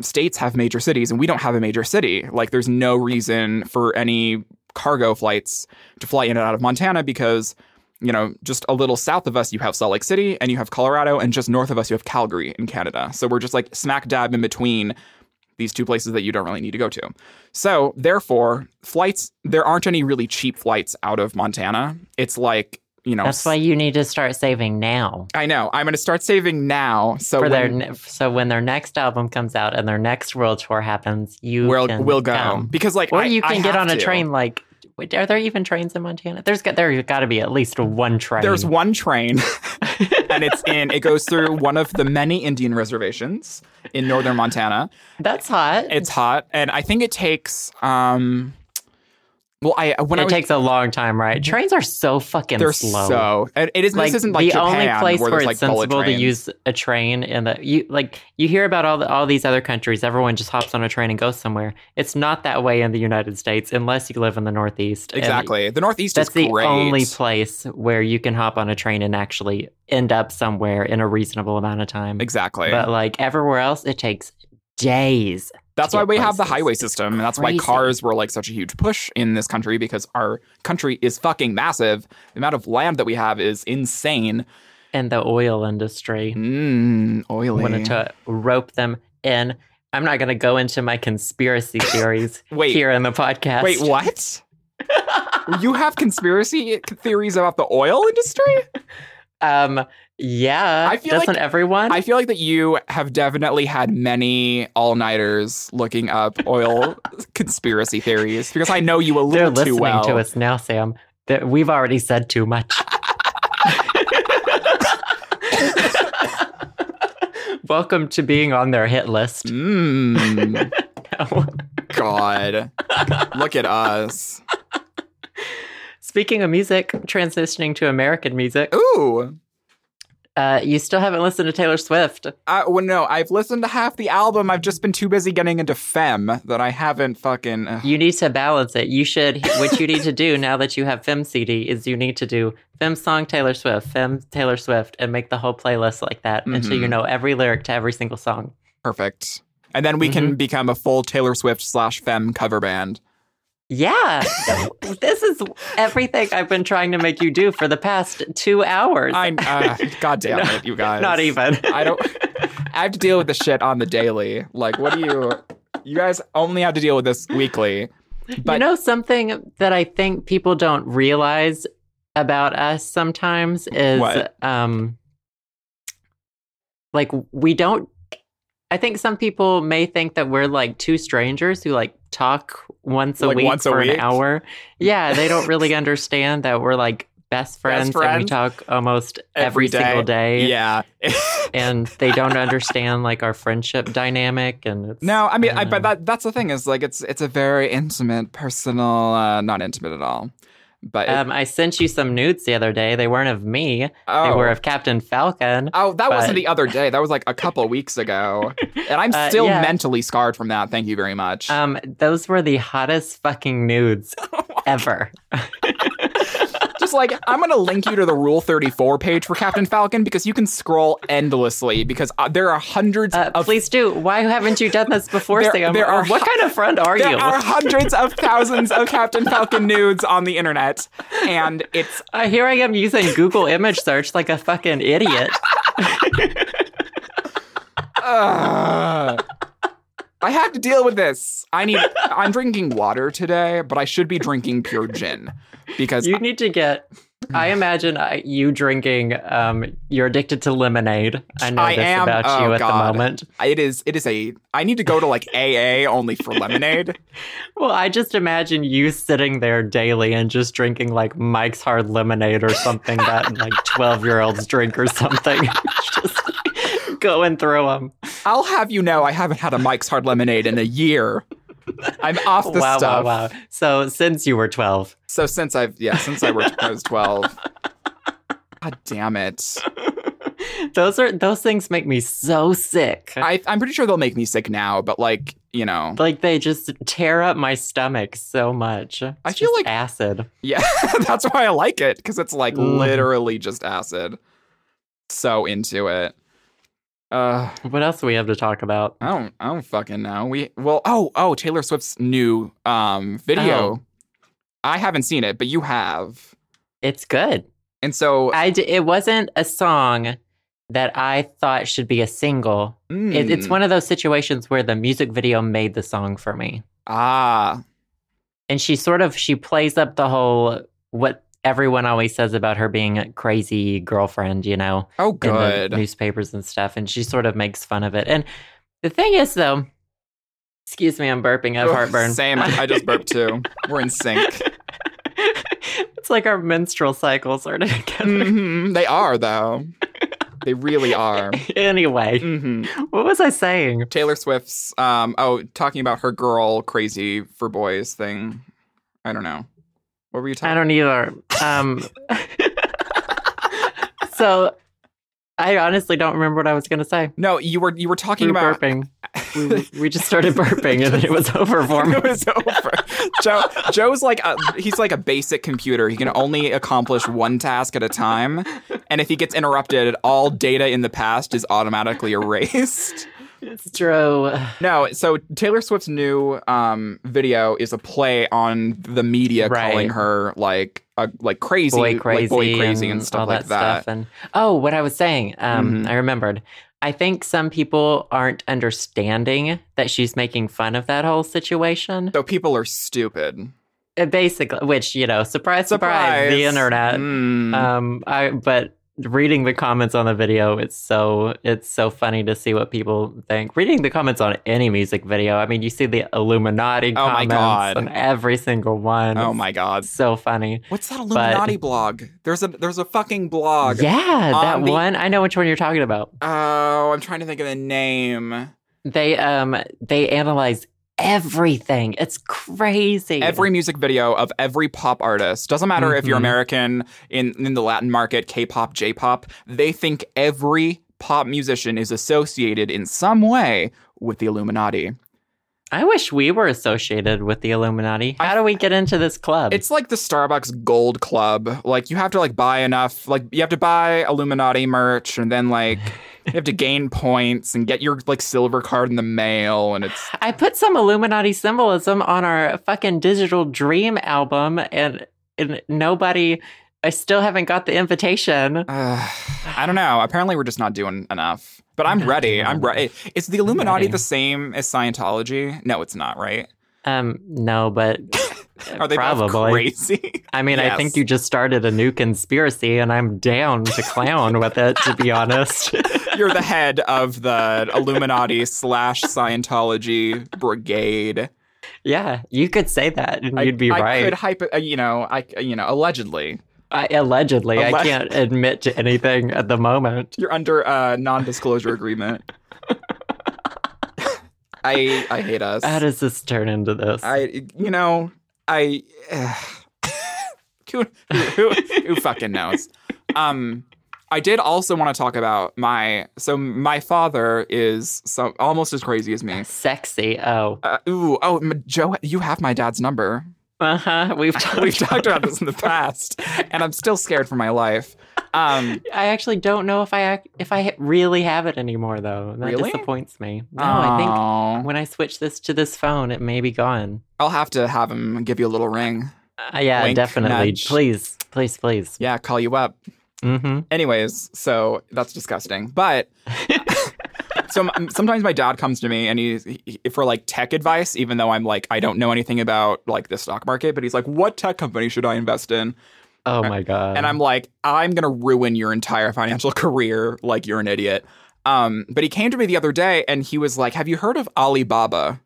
Speaker 2: states have major cities, and we don't have a major city. Like, there's no reason for any cargo flights to fly in and out of Montana because. You know, just a little south of us, you have Salt Lake City and you have Colorado, and just north of us, you have Calgary in Canada. So we're just like smack dab in between these two places that you don't really need to go to. So, therefore, flights, there aren't any really cheap flights out of Montana. It's like, you know,
Speaker 1: That's why you need to start saving now.
Speaker 2: I know. I'm going to start saving now. So,
Speaker 1: for their
Speaker 2: when
Speaker 1: ne- so when their next album comes out and their next world tour happens, you
Speaker 2: we'll,
Speaker 1: can
Speaker 2: we'll go.
Speaker 1: come.
Speaker 2: Because, like,
Speaker 1: or
Speaker 2: I-
Speaker 1: you
Speaker 2: I
Speaker 1: can get
Speaker 2: have
Speaker 1: on a
Speaker 2: to.
Speaker 1: train. Like, wait, are there even trains in Montana? There's got there's got to be at least one train.
Speaker 2: There's one train, and it's in, it goes through one of the many Indian reservations in northern Montana.
Speaker 1: That's hot. It,
Speaker 2: It's hot, and I think it takes, um, well, I, when I was, Mm-hmm.
Speaker 1: takes a long time, right? Trains are so fucking
Speaker 2: they're
Speaker 1: slow.
Speaker 2: so, and it is,
Speaker 1: like
Speaker 2: this isn't like
Speaker 1: the
Speaker 2: Japan
Speaker 1: only place where,
Speaker 2: there's,
Speaker 1: it's
Speaker 2: like bullet
Speaker 1: sensible to
Speaker 2: trains.
Speaker 1: use a train and the you like you hear about all the, all these other countries everyone just hops on a train and goes somewhere it's not that way in the united states unless you live in the northeast and
Speaker 2: Exactly. The Northeast
Speaker 1: that's
Speaker 2: is
Speaker 1: the
Speaker 2: great.
Speaker 1: only place where you can hop on a train and actually end up somewhere in a reasonable amount of time
Speaker 2: Exactly.
Speaker 1: but like everywhere else it takes days
Speaker 2: that's
Speaker 1: to
Speaker 2: why
Speaker 1: get
Speaker 2: we have the
Speaker 1: places.
Speaker 2: highway system. And that's
Speaker 1: crazy.
Speaker 2: why cars were like such a huge push in this country because our country is fucking massive. The amount of land that we have is insane.
Speaker 1: and the oil industry
Speaker 2: Mmm, oily.
Speaker 1: wanted to rope them in i'm not going to go into my conspiracy theories
Speaker 2: Wait.
Speaker 1: here in the podcast
Speaker 2: Wait, what? you have conspiracy theories about the oil industry?
Speaker 1: Um. Yeah.
Speaker 2: I feel like-
Speaker 1: doesn't everyone?
Speaker 2: I feel like that you have definitely had many all nighters looking up oil conspiracy theories because I know you a
Speaker 1: They're
Speaker 2: little
Speaker 1: listening
Speaker 2: too well.
Speaker 1: to us now, Sam. That we've already said too much. Welcome to being on their hit list.
Speaker 2: Mmm.
Speaker 1: No.
Speaker 2: God. Look at us.
Speaker 1: Speaking of music, transitioning to American music,
Speaker 2: Ooh.
Speaker 1: uh, you still haven't listened to Taylor Swift.
Speaker 2: I, Uh, well, no, I've listened to half the album. I've just been too busy getting into femme that I haven't fucking. ugh.
Speaker 1: You need to balance it. You should. What you need to do now that you have Fem CD is you need to do Fem song Taylor Swift, Fem Taylor Swift, and make the whole playlist like that until
Speaker 2: Mhm.
Speaker 1: you know every lyric to every single song.
Speaker 2: Perfect. And then we
Speaker 1: Mm-hmm.
Speaker 2: can become a full Taylor Swift slash femme cover band.
Speaker 1: Yeah, this is everything I've been trying to make you do for the past two hours.
Speaker 2: I, uh, God damn it, you guys.
Speaker 1: Not even.
Speaker 2: I don't. I have to deal with this shit on the daily. Like, what do you. You guys only have to deal with this weekly.
Speaker 1: you
Speaker 2: But-
Speaker 1: know something that I think people don't realize about us sometimes is
Speaker 2: What?
Speaker 1: um like we don't I think some people may think that we're like two strangers who like talk once a
Speaker 2: Like,
Speaker 1: week
Speaker 2: once a
Speaker 1: for
Speaker 2: week?
Speaker 1: an hour. Yeah, they don't really understand that we're like best friends, and we
Speaker 2: friends?
Speaker 1: talk almost every,
Speaker 2: Every day.
Speaker 1: single day.
Speaker 2: Yeah.
Speaker 1: And they don't understand like our friendship dynamic and it's
Speaker 2: No, I mean, I,
Speaker 1: don't
Speaker 2: but
Speaker 1: know.
Speaker 2: that that's the thing is like it's it's a very intimate, personal, uh, not intimate at all. But it-
Speaker 1: um, I sent you some nudes the other day. They weren't of me. They
Speaker 2: oh,
Speaker 1: were of Captain Falcon.
Speaker 2: oh, that
Speaker 1: but-
Speaker 2: wasn't the other day. That was like a couple weeks ago, and I'm
Speaker 1: Uh,
Speaker 2: still
Speaker 1: yeah.
Speaker 2: mentally scarred from that. Thank you very much.
Speaker 1: Um, those were the hottest fucking nudes
Speaker 2: Oh
Speaker 1: ever. Uh,
Speaker 2: Just like I'm gonna link you to the Rule 34 page for Captain Falcon because you can scroll endlessly because uh, there are hundreds
Speaker 1: Uh,
Speaker 2: of
Speaker 1: please do. Why haven't you done this before,
Speaker 2: There-
Speaker 1: Sam?
Speaker 2: there are
Speaker 1: what kind of friend are
Speaker 2: there
Speaker 1: you?
Speaker 2: are hundreds of thousands of Captain Falcon nudes on the internet, and it's
Speaker 1: Uh, here I am using Google image search like a fucking idiot.
Speaker 2: Ugh. I have to deal with this. I need. I'm drinking water today, but I should be drinking pure gin because
Speaker 1: You need to get. I imagine I, you drinking. Um, you're addicted to lemonade. I know
Speaker 2: I
Speaker 1: this
Speaker 2: am-
Speaker 1: about
Speaker 2: oh,
Speaker 1: you at
Speaker 2: God.
Speaker 1: the moment.
Speaker 2: it is. It is a. I need to go to like AA only for lemonade.
Speaker 1: Well, I just imagine you sitting there daily and just drinking like Mike's Hard Lemonade or something that like twelve year olds drink or something. just going through them.
Speaker 2: I'll have you know, I haven't had a Mike's Hard Lemonade in a year. I'm off the
Speaker 1: Wow,
Speaker 2: stuff.
Speaker 1: wow, wow. So since you were twelve,
Speaker 2: So since I've yeah, since I, were, I was twelve. God damn it!
Speaker 1: those are those things make me so sick.
Speaker 2: I, I'm pretty sure they'll make me sick now, but like you know,
Speaker 1: like they just tear up my stomach so much.
Speaker 2: I
Speaker 1: It's
Speaker 2: feel
Speaker 1: just
Speaker 2: like-
Speaker 1: acid.
Speaker 2: yeah, that's why I like it because it's like
Speaker 1: Mm.
Speaker 2: literally just acid. So into it. Uh,
Speaker 1: What else do we have to talk about?
Speaker 2: I don't, I don't fucking know. We well, oh, oh, Taylor Swift's new um video.
Speaker 1: Oh.
Speaker 2: I haven't seen it, but you have,
Speaker 1: It's good.
Speaker 2: and so
Speaker 1: I d- it wasn't a song that I thought should be a single. It, it's
Speaker 2: mm,
Speaker 1: one of those situations where the music video made the song for me.
Speaker 2: ah
Speaker 1: And she sort of she plays up the whole what everyone always says about her being a crazy girlfriend, you know.
Speaker 2: oh
Speaker 1: in the
Speaker 2: good.
Speaker 1: newspapers and stuff, and she sort of makes fun of it. And the thing is, though, excuse me, I'm burping. I have
Speaker 2: Ugh,
Speaker 1: heartburn.
Speaker 2: Same. I just burped too. We're in sync.
Speaker 1: it's like our menstrual cycles are together.
Speaker 2: hmm They are though. They really are.
Speaker 1: anyway,
Speaker 2: hmm
Speaker 1: what was I saying?
Speaker 2: Taylor Swift's um oh talking about her girl crazy for boys thing. I don't know. What were you
Speaker 1: I
Speaker 2: talking?
Speaker 1: don't either. Um, so I honestly don't remember what I was going to say.
Speaker 2: No, you were you were
Speaker 1: We
Speaker 2: talking
Speaker 1: were
Speaker 2: about.
Speaker 1: burping. We, we just started burping, and then it was over for me.
Speaker 2: It was over. Joe Joe's like a he's like a basic computer. He can only accomplish one task at a time, and if he gets interrupted, all data in the past is automatically erased.
Speaker 1: It's true.
Speaker 2: No, so Taylor Swift's new um, video is a play on the media
Speaker 1: Right.
Speaker 2: calling her like a, like crazy,
Speaker 1: boy
Speaker 2: like,
Speaker 1: crazy,
Speaker 2: boy crazy, and, stuff
Speaker 1: all
Speaker 2: like that.
Speaker 1: Stuff. And oh, what I was saying, um,
Speaker 2: Mhm.
Speaker 1: I remembered. I think some people aren't understanding that she's making fun of that whole situation.
Speaker 2: So people are stupid.
Speaker 1: Uh, Basically, which you know, surprise, surprise, the internet.
Speaker 2: Mm.
Speaker 1: Um, I but reading the comments on the video, it's so it's so funny to see what people think. Reading the comments on any music video, I mean, you see the Illuminati
Speaker 2: Oh my
Speaker 1: comments
Speaker 2: God.
Speaker 1: on every single one.
Speaker 2: oh my god,
Speaker 1: It's so funny.
Speaker 2: what's that Illuminati blog? There's a there's a fucking blog.
Speaker 1: Yeah, that
Speaker 2: On Um, the-
Speaker 1: one. I know which one you're talking about.
Speaker 2: Oh, I'm trying to think of the name.
Speaker 1: They um they analyze everything. It's crazy.
Speaker 2: Every music video of every pop artist doesn't matter if you're
Speaker 1: Mhm.
Speaker 2: American in in the Latin market, K-pop, J-pop. They think every pop musician is associated in some way with the Illuminati.
Speaker 1: I wish we were associated with the Illuminati. How
Speaker 2: I-
Speaker 1: do we get into this club?
Speaker 2: It's like the Starbucks Gold Club. Like you have to like buy enough. Like you have to buy Illuminati merch, and then like you have to gain points and get your like silver card in the mail. And it's
Speaker 1: I put some Illuminati symbolism on our fucking digital dream album and and nobody I still haven't got the invitation.
Speaker 2: uh, I don't know. Apparently, we're just not doing enough. But I'm
Speaker 1: Not
Speaker 2: ready.
Speaker 1: doing
Speaker 2: I'm
Speaker 1: enough.
Speaker 2: ready. Is the Illuminati
Speaker 1: ready.
Speaker 2: the same as Scientology? No, it's not, right?
Speaker 1: Um no, but
Speaker 2: Are
Speaker 1: Uh,
Speaker 2: they both
Speaker 1: probably.
Speaker 2: crazy?
Speaker 1: I mean, I
Speaker 2: Yes.
Speaker 1: think you just started a new conspiracy and I'm down to clown with it to be honest.
Speaker 2: You're the head of the Illuminati slash Scientology brigade.
Speaker 1: yeah, you could say that and
Speaker 2: I-
Speaker 1: you'd be
Speaker 2: I
Speaker 1: right.
Speaker 2: could hype, uh, you know, I, you know, allegedly.
Speaker 1: I, allegedly, I
Speaker 2: Alle-
Speaker 1: can't admit to anything at the moment.
Speaker 2: You're under a non-disclosure agreement. I I hate us.
Speaker 1: How does this turn into this?
Speaker 2: I you know I who, who, who fucking knows. Um, I did also want to talk about my so my father is so almost as crazy as me.
Speaker 1: Sexy. Oh,
Speaker 2: Uh, ooh, oh, m- Joe, you have my dad's number.
Speaker 1: uh huh. We've talked.
Speaker 2: We've talked about this in the past, and I'm still scared for my life. Um,
Speaker 1: I actually don't know if I ac- if I really have it anymore though. That
Speaker 2: Really?
Speaker 1: disappoints me. No, I
Speaker 2: aw.
Speaker 1: think when I switch this to this phone, it may be gone.
Speaker 2: I'll have to have him give you a little ring.
Speaker 1: Uh, yeah,
Speaker 2: Wink,
Speaker 1: definitely.
Speaker 2: nudge.
Speaker 1: Please, please, please.
Speaker 2: Yeah, call you up.
Speaker 1: Mm-hmm.
Speaker 2: Anyways, so that's disgusting. But so m- sometimes my dad comes to me and he's he, for like tech advice, even though I'm like I don't know anything about like the stock market, but he's like, "What tech company should I invest in?"
Speaker 1: Oh my god.
Speaker 2: And I'm like, "I'm gonna ruin your entire financial career. Like you're an idiot." Um, but he came to me the other day and he was like, "Have you heard of Alibaba?"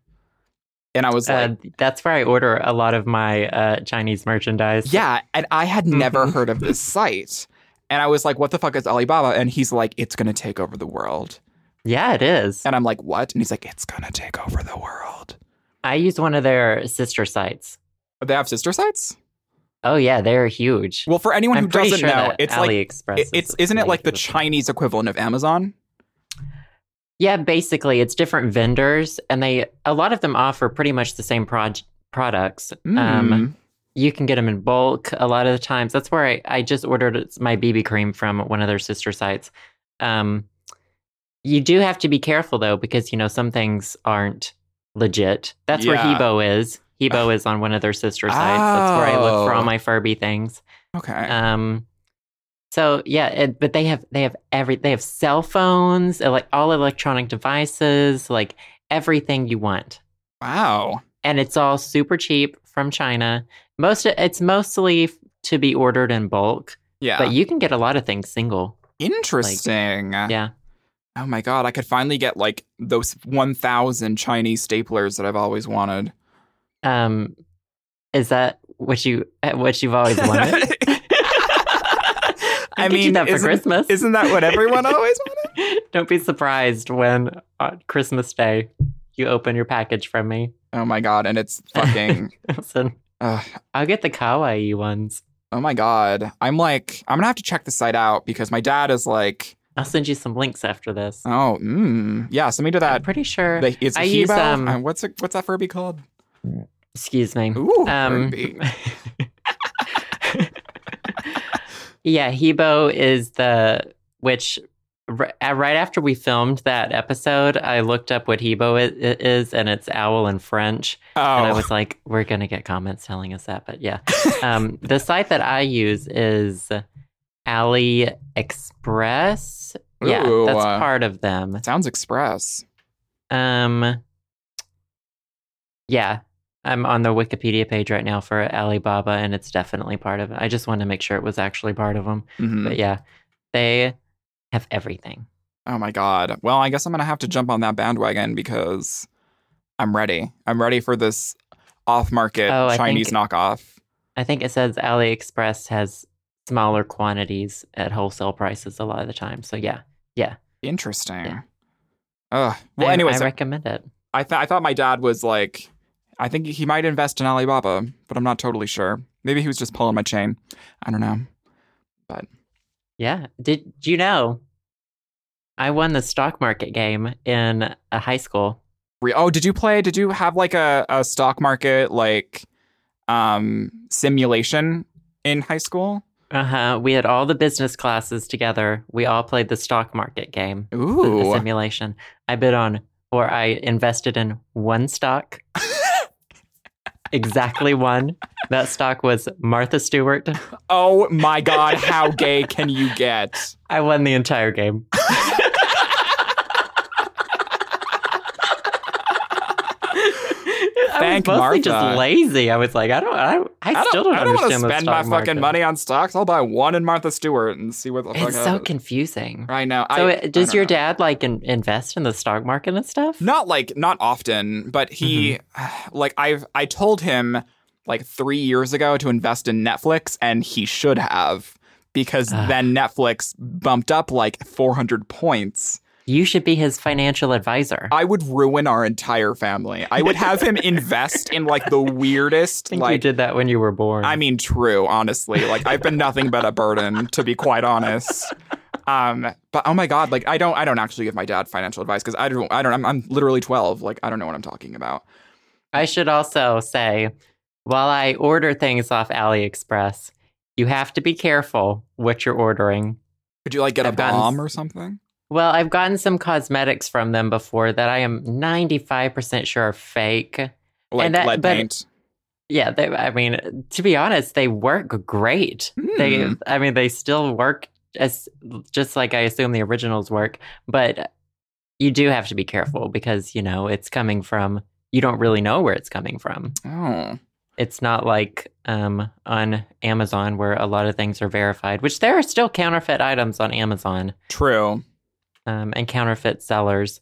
Speaker 2: And I was like,
Speaker 1: uh, that's where I order a lot of my uh, Chinese merchandise.
Speaker 2: Yeah, and I had never heard of this site. And I was like, what the fuck is Alibaba? And he's like, it's going to take over the world.
Speaker 1: Yeah, it is.
Speaker 2: And I'm like, what? And he's like, it's going to take over the world.
Speaker 1: I use one of their sister sites.
Speaker 2: They have sister sites?
Speaker 1: Oh yeah, they're huge.
Speaker 2: Well, for anyone who
Speaker 1: I'm pretty
Speaker 2: doesn't
Speaker 1: sure
Speaker 2: know,
Speaker 1: that
Speaker 2: it's like
Speaker 1: AliExpress.
Speaker 2: it-
Speaker 1: is
Speaker 2: it's isn't it like the
Speaker 1: huge.
Speaker 2: Chinese equivalent of Amazon?
Speaker 1: Yeah, basically, it's different vendors, and they a lot of them offer pretty much the same proj- products. Um,
Speaker 2: Mm.
Speaker 1: you can get them in bulk a lot of the times. That's where I, I just ordered my BB cream from one of their sister sites. Um, you do have to be careful though, because you know some things aren't legit. That's
Speaker 2: Yeah. Ah.
Speaker 1: where Hebo is. Hebo is on one of their sister sites. That's where I look for all
Speaker 2: Oh. Eh.
Speaker 1: my Furby things.
Speaker 2: okay.
Speaker 1: Um, so yeah, it, but they have they have every they have cell phones, like all electronic devices, like everything you want,
Speaker 2: wow.
Speaker 1: and it's all super cheap from China. Most it's mostly f- to be ordered in bulk,
Speaker 2: Yeah.
Speaker 1: but you can get a lot of things single.
Speaker 2: Interesting.
Speaker 1: yeah.
Speaker 2: Oh my god, I could finally get like those 1000 Chinese staplers that I've always wanted.
Speaker 1: Um, is that what you eh, what you've always wanted?
Speaker 2: I
Speaker 1: I'll get you
Speaker 2: mean,
Speaker 1: that for
Speaker 2: isn't-
Speaker 1: Christmas.
Speaker 2: Isn't that what everyone always wants?
Speaker 1: Don't be surprised when on Christmas Day you open your package from me.
Speaker 2: Oh my god, and it's fucking.
Speaker 1: So
Speaker 2: ugh.
Speaker 1: I'll get the kawaii ones.
Speaker 2: oh my god, I'm like, I'm gonna have to check this site out because my dad is like,
Speaker 1: I'll send you some links after this.
Speaker 2: oh, mm, yeah, send me to
Speaker 1: I'm
Speaker 2: that.
Speaker 1: pretty sure.
Speaker 2: The, it's
Speaker 1: I
Speaker 2: Hebo.
Speaker 1: use, um,
Speaker 2: Uh, what's it, what's that Furby called?
Speaker 1: excuse me.
Speaker 2: Ooh,
Speaker 1: um,
Speaker 2: Furby.
Speaker 1: yeah, Hebo is the which. ri- uh, Right after we filmed that episode, I looked up what Hebo i- i- is, and it's owl in French. And I
Speaker 2: Oh,
Speaker 1: was like, we're going to get comments telling us that. But yeah. Um, the site that I use is AliExpress. Yeah,
Speaker 2: Ooh,
Speaker 1: that's
Speaker 2: uh,
Speaker 1: part of them.
Speaker 2: sounds express.
Speaker 1: Um, yeah, I'm on the Wikipedia page right now for Alibaba, and it's definitely part of it. I just wanted to make sure it was actually part of them.
Speaker 2: Mhm.
Speaker 1: But yeah, they have everything.
Speaker 2: Oh my god. Well, I guess I'm gonna have to jump on that bandwagon because I'm ready. I'm ready for this off-market
Speaker 1: Oh, I
Speaker 2: Chinese
Speaker 1: think-
Speaker 2: knockoff.
Speaker 1: I think it says AliExpress has smaller quantities at wholesale prices a lot of the time. So yeah,
Speaker 2: Interesting.
Speaker 1: Yeah.
Speaker 2: Ugh. Well,
Speaker 1: I,
Speaker 2: anyways, uh
Speaker 1: I
Speaker 2: so-
Speaker 1: recommend it.
Speaker 2: I th- I thought my dad was like, I think he might invest in Alibaba, but I'm not totally sure. Maybe he was just pulling my chain. I don't know.
Speaker 1: Yeah. Did you know? I won the stock market game in a high school.
Speaker 2: Re- oh, did you play? Did you have like a, a stock market like um simulation in high school?
Speaker 1: Uh huh. We had all the business classes together. We all played the stock market game. the- the
Speaker 2: Ooh,
Speaker 1: simulation. I bid on or I invested in one stock. exactly one. That stock was Martha Stewart.
Speaker 2: oh my god, how gay can you get?
Speaker 1: I won the entire game.
Speaker 2: Thank
Speaker 1: I was mostly
Speaker 2: Martha.
Speaker 1: just lazy. I was like, I don't, I, I,
Speaker 2: I
Speaker 1: still
Speaker 2: don't,
Speaker 1: don't,
Speaker 2: I don't want to
Speaker 1: understand the
Speaker 2: spend my
Speaker 1: stock
Speaker 2: fucking
Speaker 1: market.
Speaker 2: money on stocks. I'll buy one in Martha Stewart and see what the fuck.
Speaker 1: It's so
Speaker 2: happens.
Speaker 1: confusing.
Speaker 2: I know.
Speaker 1: So,
Speaker 2: I,
Speaker 1: it-
Speaker 2: I
Speaker 1: does
Speaker 2: don't
Speaker 1: your
Speaker 2: know.
Speaker 1: dad like in, invest in the stock market and stuff?
Speaker 2: not like not often but he
Speaker 1: Mm-hmm.
Speaker 2: like i've i told him like three years ago to invest in netflix and he should have because
Speaker 1: Ugh.
Speaker 2: then netflix bumped up like 400 points
Speaker 1: You should be his financial advisor. I
Speaker 2: i would ruin our entire family i would have him invest in like the weirdest
Speaker 1: think you
Speaker 2: like
Speaker 1: did that when you were born.
Speaker 2: i mean true honestly like i've been nothing but a burden to be quite honest um but oh my god like i don't i don't actually give my dad financial advice because i don't i don't I'm, I'm literally 12 like i don't know what i'm talking about
Speaker 1: I should also say, while I order things off AliExpress, you have to be careful what you're ordering.
Speaker 2: Could you like get a
Speaker 1: I've gotten
Speaker 2: bomb
Speaker 1: s-
Speaker 2: or something?
Speaker 1: Well, I've gotten some cosmetics from them before that I am 95% sure are fake.
Speaker 2: Like
Speaker 1: that-
Speaker 2: lead
Speaker 1: but-
Speaker 2: paint.
Speaker 1: Yeah, they, I mean, to be honest, they work great.
Speaker 2: Hmm.
Speaker 1: They, I mean, they still work as just like I assume the originals work, but you do have to be careful because, you know, it's coming from, you don't really know where it's coming from.
Speaker 2: Oh.
Speaker 1: It's not like um, on Amazon where a lot of things are verified, which there are still counterfeit items on Amazon
Speaker 2: True.
Speaker 1: um, and counterfeit sellers.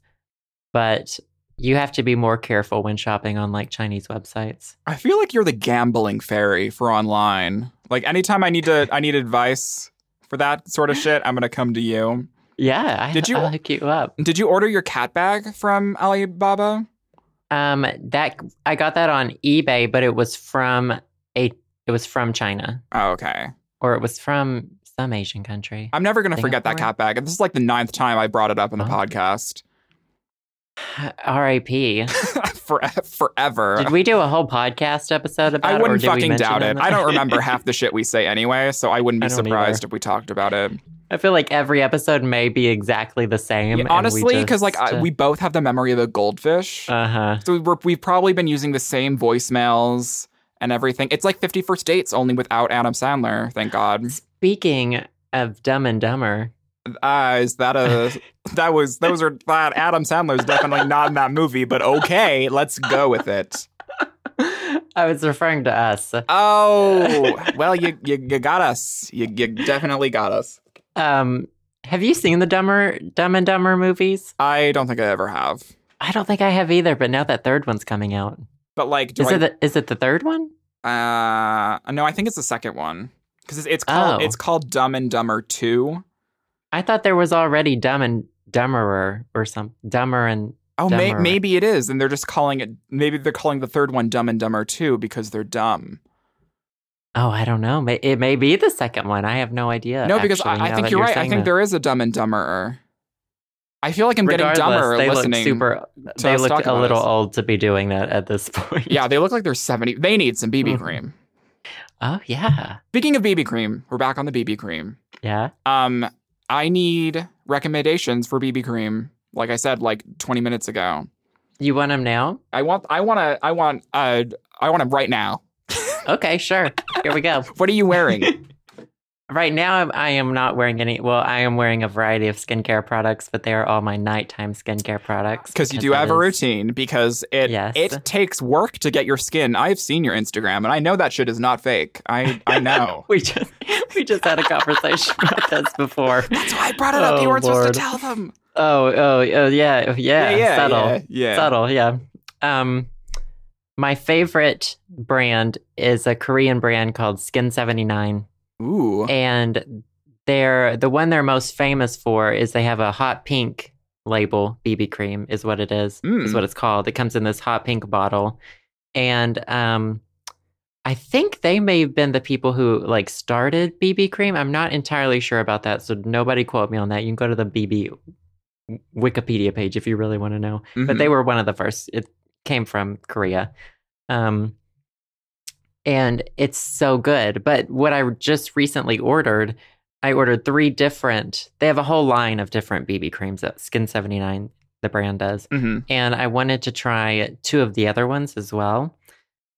Speaker 1: But you have to be more careful when shopping on like Chinese websites.
Speaker 2: I feel like you're the gambling fairy for online. Like anytime I need to I need advice for that sort of shit, I'm gonna come to you.
Speaker 1: Yeah, I,
Speaker 2: Did you-
Speaker 1: I'll hook you up.
Speaker 2: Did you order your cat bag from Alibaba?
Speaker 1: Um, that I got that on eBay, but it was from a it was from China
Speaker 2: Oh, okay.
Speaker 1: or it was from some Asian country.
Speaker 2: I'm never gonna forget that
Speaker 1: Singapore?
Speaker 2: cat bag. This is like the ninth time I brought it up in the
Speaker 1: Oh.
Speaker 2: podcast.
Speaker 1: R.I.P.
Speaker 2: For, forever.
Speaker 1: Did we do a whole podcast episode about?
Speaker 2: I
Speaker 1: it, or
Speaker 2: wouldn't
Speaker 1: did we
Speaker 2: fucking
Speaker 1: mention
Speaker 2: doubt
Speaker 1: it?
Speaker 2: it. I don't remember half the shit we say anyway, so I wouldn't be
Speaker 1: I don't
Speaker 2: surprised if we talked about it.
Speaker 1: I feel like every episode may be exactly the same.
Speaker 2: Yeah,
Speaker 1: and we
Speaker 2: honestly, because like
Speaker 1: just,
Speaker 2: I, we both have the memory of a goldfish,
Speaker 1: uh huh.
Speaker 2: so we're, we've probably been using the same voicemails and everything. It's like Fifty First Dates, only without Adam Sandler. Thank God.
Speaker 1: Speaking of Dumb and Dumber,
Speaker 2: Uh, is that a that was those are that Adam Sandler's definitely not in that movie, but okay, let's go with it.
Speaker 1: I was referring to us.
Speaker 2: Oh well, you you, you got us. You, you definitely got us.
Speaker 1: Um, have you seen the Dumber Dumb and Dumber movies?
Speaker 2: I don't think I ever have.
Speaker 1: I don't think I have either, but now that third one's coming out.
Speaker 2: But like, do
Speaker 1: Is
Speaker 2: I
Speaker 1: it the, is it the third one?
Speaker 2: Uh, no, I think it's the second one because it's, it's called
Speaker 1: Oh.
Speaker 2: it's called Dumb and Dumber Two.
Speaker 1: I thought there was already Dumb and Dumberer or some Dumber and
Speaker 2: Oh, may,
Speaker 1: Dumber.
Speaker 2: maybe it is, and they're just calling it. Maybe they're calling the third one Dumb and Dumber Two because they're dumb.
Speaker 1: oh I don't know. May- It may be the second one. I have no idea.
Speaker 2: no, because
Speaker 1: Uh, actually,
Speaker 2: I, I
Speaker 1: now
Speaker 2: think
Speaker 1: that
Speaker 2: you're right. I
Speaker 1: saying
Speaker 2: think
Speaker 1: that.
Speaker 2: there is a Dumb and Dumberer. I feel like I'm
Speaker 1: Regardless,
Speaker 2: getting dumber
Speaker 1: they
Speaker 2: listening.
Speaker 1: look super.
Speaker 2: to
Speaker 1: They
Speaker 2: us
Speaker 1: look
Speaker 2: talk
Speaker 1: a
Speaker 2: about
Speaker 1: little
Speaker 2: this.
Speaker 1: old to be doing that at this point.
Speaker 2: yeah, they look like they're seventy. They need some BB
Speaker 1: Mhm.
Speaker 2: cream.
Speaker 1: Oh yeah.
Speaker 2: Speaking of BB cream, we're back on the BB cream.
Speaker 1: Yeah.
Speaker 2: Um, I need recommendations for BB cream. Like I said, like 20 minutes ago.
Speaker 1: You want them now?
Speaker 2: I want. I want to. I want. Uh, I want them right now.
Speaker 1: Okay, sure. Here we go.
Speaker 2: What are you wearing?
Speaker 1: Right now, I'm, I am not wearing any. Well, I am wearing a variety of skincare products, but they are all my nighttime skincare products.
Speaker 2: Because you do have
Speaker 1: it
Speaker 2: a
Speaker 1: is-
Speaker 2: routine. Because it
Speaker 1: Yes.
Speaker 2: it takes work to get your skin. I've seen your Instagram, and I know that shit is not fake. I I know.
Speaker 1: We just we just had a conversation about this before.
Speaker 2: That's why I brought it up. you
Speaker 1: Oh,
Speaker 2: weren't supposed to tell
Speaker 1: Lord.
Speaker 2: them.
Speaker 1: Oh, oh, oh, yeah, oh, yeah, subtle,
Speaker 2: yeah, yeah.
Speaker 1: subtle, yeah. Um, my favorite brand is a Korean brand called Skin Seventy Nine,
Speaker 2: Ooh,
Speaker 1: and they're the one they're most famous for is they have a hot pink label BB cream is what it is. is
Speaker 2: Mm.
Speaker 1: what it's called. It comes in this hot pink bottle. And um I think they may have been the people who like started BB cream. I'm not entirely sure about that, so nobody quote me on that. You can go to the BB Wikipedia page if you really want to know
Speaker 2: Mm-hmm.
Speaker 1: but they were one of the first. It came from Korea. Um, and it's so good. But what I just recently ordered, I ordered three different, they have a whole line of different BB creams that Skin 79, the brand does.
Speaker 2: hmm
Speaker 1: And I wanted to try two of the other ones as well.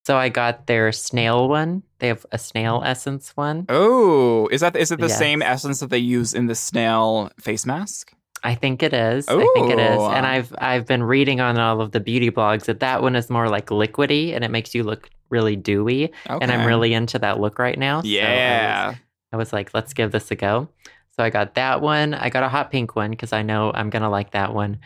Speaker 1: So I got their snail one. They have a snail essence one.
Speaker 2: Oh, is that is it the
Speaker 1: Yes.
Speaker 2: same essence that they use in the snail face mask?
Speaker 1: I think it is. I think it is.
Speaker 2: Ooh.
Speaker 1: And I've I've been reading on all of the beauty blogs that that one is more like liquidy and it makes you look really dewy.
Speaker 2: Okay.
Speaker 1: And I'm really into that look right now. So I was-
Speaker 2: yeah.
Speaker 1: I was like, let's give this a go. So I got that one. I got a hot pink one because I know I'm gonna like that one.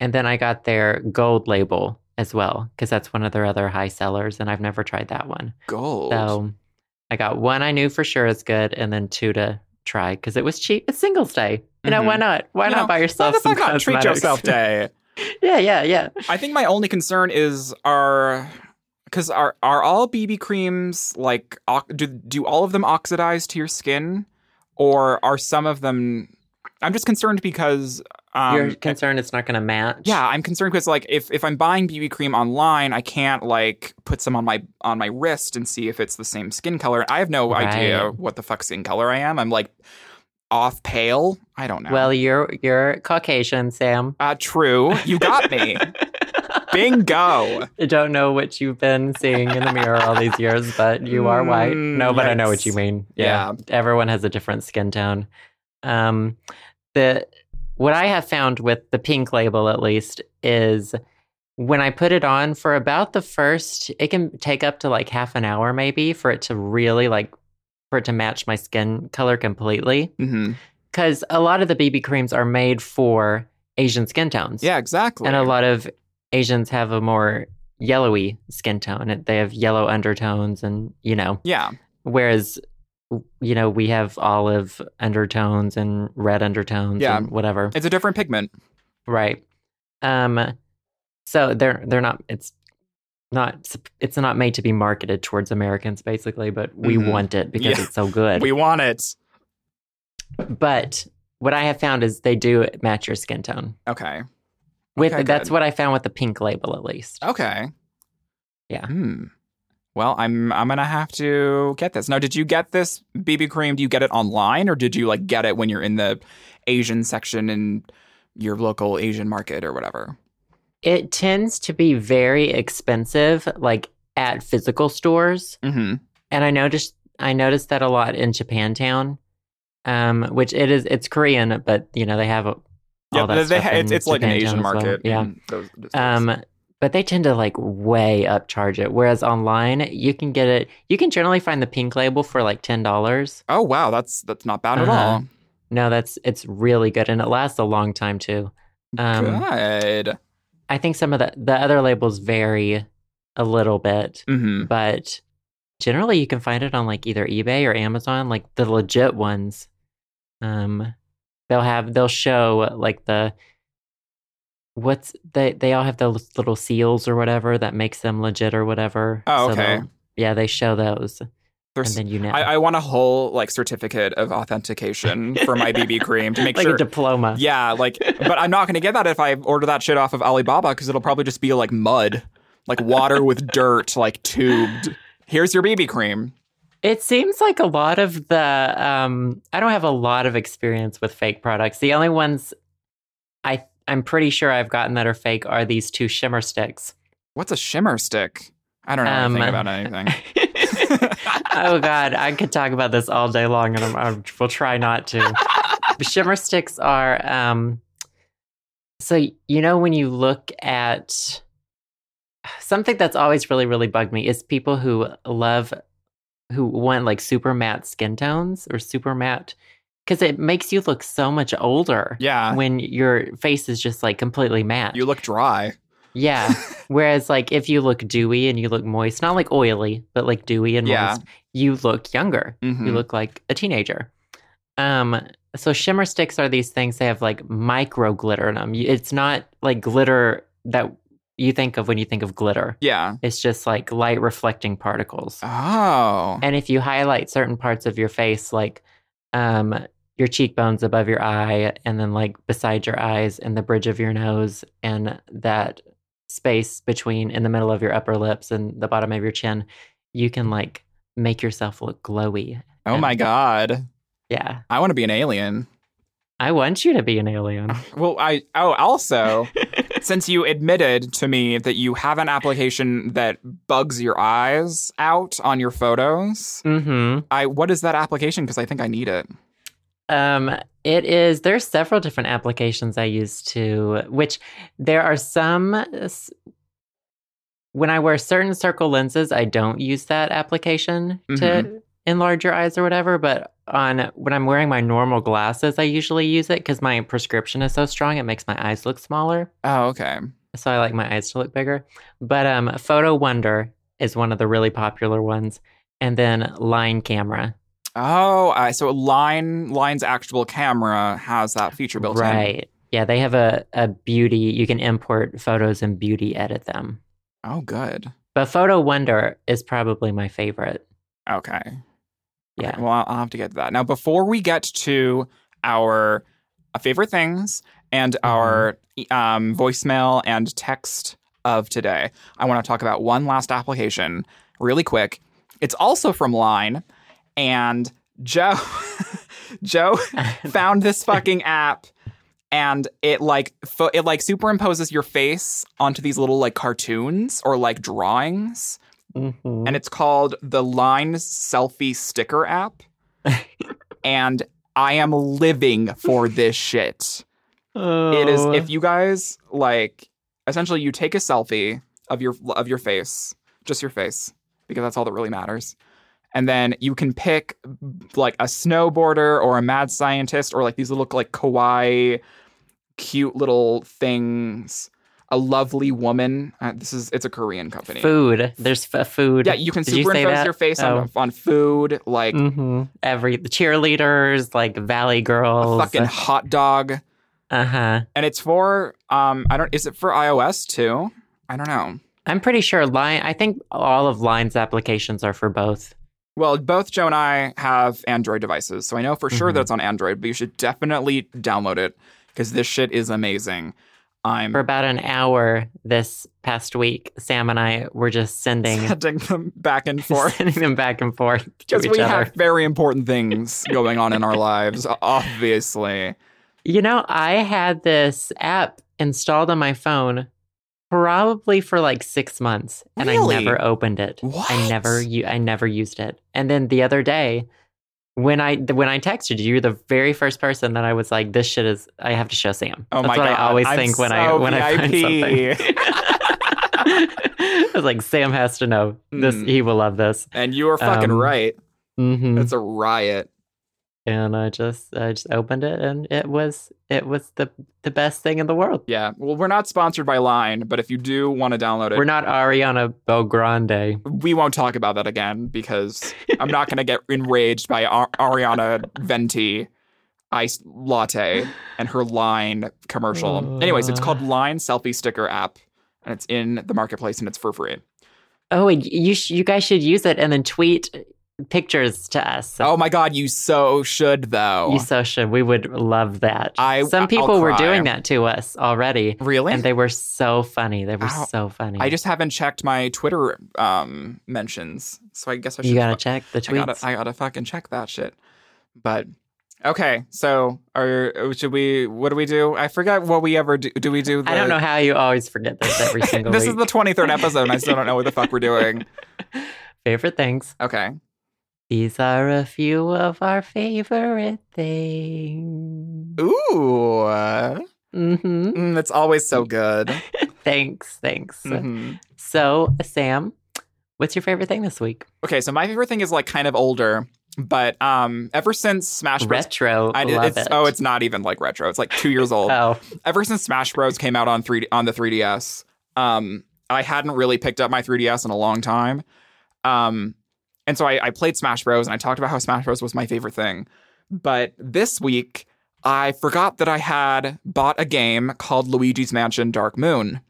Speaker 1: And then I got their gold label as well because that's one of their other high sellers, and I've never tried that one.
Speaker 2: Gold.
Speaker 1: So I got one I knew for sure is good, and then two to try because it was cheap. It's Singles Day. You know, why
Speaker 2: Mhm.
Speaker 1: not? Why
Speaker 2: You
Speaker 1: not
Speaker 2: know,
Speaker 1: buy
Speaker 2: Why
Speaker 1: yourself
Speaker 2: the
Speaker 1: some
Speaker 2: fuck not treat
Speaker 1: cosmetics?
Speaker 2: yourself day?
Speaker 1: yeah, yeah, yeah.
Speaker 2: I think my only concern is are because are are all BB creams like ox- do do all of them oxidize to your skin, or are some of them? I'm just concerned because um,
Speaker 1: You're concerned it's not going to match.
Speaker 2: yeah, I'm concerned because like if if I'm buying BB cream online, I can't like put some on my on my wrist and see if it's the same skin color. I have no idea
Speaker 1: Right.
Speaker 2: what the fuck skin color I am. I'm like off pale. I don't know.
Speaker 1: Well, you're you're Caucasian, Sam.
Speaker 2: uh, true. You got me. Bingo.
Speaker 1: I don't know what you've been seeing in the mirror all these years, but you are white.
Speaker 2: Mm,
Speaker 1: No, but I know what
Speaker 2: yikes.
Speaker 1: you mean.
Speaker 2: Yeah.
Speaker 1: Everyone has a different skin tone. Um the what I have found with the pink label, at least, is when I put it on for about the first, it can take up to like half an hour maybe for it to really like, for it to match my skin color completely.
Speaker 2: hmm
Speaker 1: Because a lot of the BB creams are made for Asian skin tones.
Speaker 2: Yeah, exactly.
Speaker 1: And a lot of Asians have a more yellowy skin tone. They have yellow undertones and, you know,
Speaker 2: yeah,
Speaker 1: whereas you know we have olive undertones and red undertones
Speaker 2: Yeah.
Speaker 1: and whatever
Speaker 2: it's a different pigment.
Speaker 1: right um so they're they're not it's not it's not made to be marketed towards americans basically but we
Speaker 2: Mhm.
Speaker 1: want it because
Speaker 2: Yeah.
Speaker 1: it's so good
Speaker 2: We want it.
Speaker 1: but what i have found is they do match your skin tone
Speaker 2: Okay.
Speaker 1: with
Speaker 2: Okay,
Speaker 1: that's
Speaker 2: good.
Speaker 1: what i found with the pink label at least
Speaker 2: Okay.
Speaker 1: Yeah.
Speaker 2: Hmm. Well, I'm I'm gonna have to get this. Now, did you get this BB cream? Do you get it online, or did you like get it when you're in the Asian section in your local Asian market or whatever?
Speaker 1: it tends to be very expensive like at physical stores
Speaker 2: Mm-hmm.
Speaker 1: and I noticed I noticed that a lot in Japantown, um, which it is it's Korean, but you know they have all
Speaker 2: Yeah,
Speaker 1: that
Speaker 2: they, they
Speaker 1: stuff
Speaker 2: ha- it's,
Speaker 1: in
Speaker 2: it's like an
Speaker 1: Japantown
Speaker 2: Asian
Speaker 1: as well.
Speaker 2: market.
Speaker 1: Yeah,
Speaker 2: in those- those states.
Speaker 1: um, but they tend to like way upcharge it. Whereas online, you can get it. You can generally find the pink label for like ten dollars.
Speaker 2: oh wow, that's that's not bad
Speaker 1: uh-huh.
Speaker 2: at all.
Speaker 1: No, that's it's really good, and it lasts a long time too. Um,
Speaker 2: Good.
Speaker 1: I think some of the the other labels vary a little bit,
Speaker 2: Mm-hmm.
Speaker 1: but generally you can find it on like either eBay or Amazon, like the legit ones. Um, they'll have they'll show like the what's they they all have those little seals or whatever that makes them legit or whatever.
Speaker 2: Oh,
Speaker 1: So
Speaker 2: okay.
Speaker 1: they'll- yeah, they show those, and
Speaker 2: There's,
Speaker 1: then you know,
Speaker 2: I, I want a whole like certificate of authentication for my BB cream to make
Speaker 1: like
Speaker 2: sure
Speaker 1: a diploma.
Speaker 2: Yeah, like, but I'm not going to get that if I order that shit off of Alibaba because it'll probably just be like mud, like water with dirt, like tubed. Here's your BB cream.
Speaker 1: It seems like a lot of the um I don't have a lot of experience with fake products. The only ones I I'm pretty sure I've gotten that are fake are these two shimmer sticks.
Speaker 2: What's a shimmer stick? I don't know
Speaker 1: Um,
Speaker 2: anything about anything.
Speaker 1: oh god, I could talk about this all day long and I'm, I will try not to. shimmer sticks are um so you know when you look at something that's always really really bugged me is people who love who want like super matte skin tones or super matte because it makes you look so much older
Speaker 2: Yeah,
Speaker 1: when your face is just like completely matte
Speaker 2: you look dry.
Speaker 1: yeah whereas like if you look dewy and you look moist not like oily but like dewy and
Speaker 2: Yeah.
Speaker 1: moist you look younger
Speaker 2: Mhm.
Speaker 1: you look like a teenager. Um, so shimmer sticks are these things they have like micro glitter in them. You- It's not like glitter that you think of when you think of glitter.
Speaker 2: yeah.
Speaker 1: It's just like light reflecting particles.
Speaker 2: Oh.
Speaker 1: And if you highlight certain parts of your face, like um, your cheekbones above your eye, and then like beside your eyes, and the bridge of your nose, and that space between in the middle of your upper lips and the bottom of your chin, you can like make yourself look glowy.
Speaker 2: Oh my god.
Speaker 1: Yeah.
Speaker 2: I want to be an alien.
Speaker 1: I want you to be an alien.
Speaker 2: Well, I oh also since you admitted to me that you have an application that bugs your eyes out on your photos.
Speaker 1: hmm
Speaker 2: I what is that application? Because I think I need it.
Speaker 1: Um, it is. There's several different applications I use to, which there are some. uh, s- When I wear certain circle lenses, I don't use that application to
Speaker 2: Mhm.
Speaker 1: enlarge your eyes or whatever. But on when I'm wearing my normal glasses, I usually use it because my prescription is so strong; it makes my eyes look smaller.
Speaker 2: Oh, okay.
Speaker 1: so I like my eyes to look bigger. But um, Photo Wonder is one of the really popular ones, and then Line Camera.
Speaker 2: Oh, uh, so Line Line's actual camera has that feature built in.
Speaker 1: right? Yeah, they have a a beauty. You can import photos and beauty edit them.
Speaker 2: Oh, good.
Speaker 1: But Photo Wonder is probably my favorite.
Speaker 2: Okay.
Speaker 1: Yeah.
Speaker 2: Okay, well, I'll- I'll have to get to that. Now, before we get to our uh, favorite things and our um, voicemail and text of today, I want to talk about one last application really quick. It's also from Line, and Joe, Joe found this fucking app. And it like fo- it like superimposes your face onto these little like cartoons or like drawings,
Speaker 1: Mhm.
Speaker 2: and it's called the Line Selfie Sticker app. and I am living for this shit. It is
Speaker 1: Oh.
Speaker 2: if you guys like essentially you take a selfie of your of your face, just your face, because that's all that really matters. And then you can pick like a snowboarder or a mad scientist or like these little like kawaii cute little things. A lovely woman. Uh, this is it's a Korean company.
Speaker 1: food. There's f- food.
Speaker 2: Yeah, you can
Speaker 1: Did you say
Speaker 2: superimpose
Speaker 1: that?
Speaker 2: your face on,
Speaker 1: Oh.
Speaker 2: on food, like
Speaker 1: Mhm. Every the cheerleaders, like Valley
Speaker 2: a
Speaker 1: Girls.
Speaker 2: fucking hot dog.
Speaker 1: Uh huh.
Speaker 2: And it's for um I don't is it for iOS too? I don't know.
Speaker 1: I'm pretty sure Line. I think all of Line's applications are for both.
Speaker 2: Well, both Joe and I have Android devices, so I know for sure
Speaker 1: Mhm.
Speaker 2: that it's on Android, but you should definitely download it because this shit is amazing. I'm
Speaker 1: For about an hour this past week, Sam and I were just sending
Speaker 2: sending them back and forth
Speaker 1: sending them back and forth to
Speaker 2: because
Speaker 1: each
Speaker 2: we
Speaker 1: other.
Speaker 2: have very important things going on in our lives, obviously.
Speaker 1: You know, I had this app installed on my phone probably for like six months, and
Speaker 2: Really?
Speaker 1: I never opened it. I
Speaker 2: What?
Speaker 1: never, u- I never used it. And then the other day, when I when I texted you, you're the very first person that I was like, "This shit is. I have to show Sam."
Speaker 2: Oh
Speaker 1: That's
Speaker 2: my
Speaker 1: what
Speaker 2: God,
Speaker 1: I always
Speaker 2: I'm
Speaker 1: think when I
Speaker 2: so
Speaker 1: when I find
Speaker 2: VIP.
Speaker 1: something. I was like, Sam has to know this.
Speaker 2: Mm.
Speaker 1: He will love this.
Speaker 2: And you are fucking
Speaker 1: Um,
Speaker 2: right.
Speaker 1: hmm
Speaker 2: It's a riot.
Speaker 1: and I just I just opened it and it was it was the the best thing in the world.
Speaker 2: Yeah. Well, we're not sponsored by Line, but if you do want to download it,
Speaker 1: We're not Ariana Belgrande.
Speaker 2: we won't talk about that again because I'm not going to get enraged by Ar- Ariana Venti iced latte and her line commercial.
Speaker 1: Uh.
Speaker 2: Anyways, it's called Line Selfie Sticker App and it's in the marketplace and it's for free.
Speaker 1: Oh, and you sh- you guys should use it and then tweet pictures to us.
Speaker 2: Oh my god, you so should though.
Speaker 1: You so should. We would love that.
Speaker 2: Oh. I- I'll
Speaker 1: Some people were
Speaker 2: cry.
Speaker 1: doing that to us already,
Speaker 2: really?
Speaker 1: and they were so funny. They were
Speaker 2: Ow.
Speaker 1: so funny.
Speaker 2: I just haven't checked my Twitter um mentions, so I guess I should
Speaker 1: you gotta check the
Speaker 2: I gotta,
Speaker 1: tweets.
Speaker 2: I gotta fucking check that shit. But okay, so are should we? What do we do? I forgot what we ever do. Do we do? The,
Speaker 1: I, don't know how you always forget this every single
Speaker 2: this
Speaker 1: week.
Speaker 2: is the twenty third episode. and I still don't know what the fuck we're doing.
Speaker 1: favorite things.
Speaker 2: Okay,
Speaker 1: These are a few of our favorite things.
Speaker 2: ooh, uh,
Speaker 1: hmm
Speaker 2: mm, that's always so good.
Speaker 1: Thanks, thanks.
Speaker 2: Mhm.
Speaker 1: So, Sam, what's your favorite thing this week?
Speaker 2: Okay, so my favorite thing is like kind of older, but um, ever since Smash Bros.
Speaker 1: Retro.
Speaker 2: I did,
Speaker 1: love
Speaker 2: it's,
Speaker 1: it.
Speaker 2: Oh, it's not even like retro. It's like two years old.
Speaker 1: Oh,
Speaker 2: ever since Smash Bros came out on three on the 3DS, um, I hadn't really picked up my 3DS in a long time, um, and so I, I played Smash Bros and I talked about how Smash Bros was my favorite thing. But this week, I forgot that I had bought a game called Luigi's Mansion Dark Moon,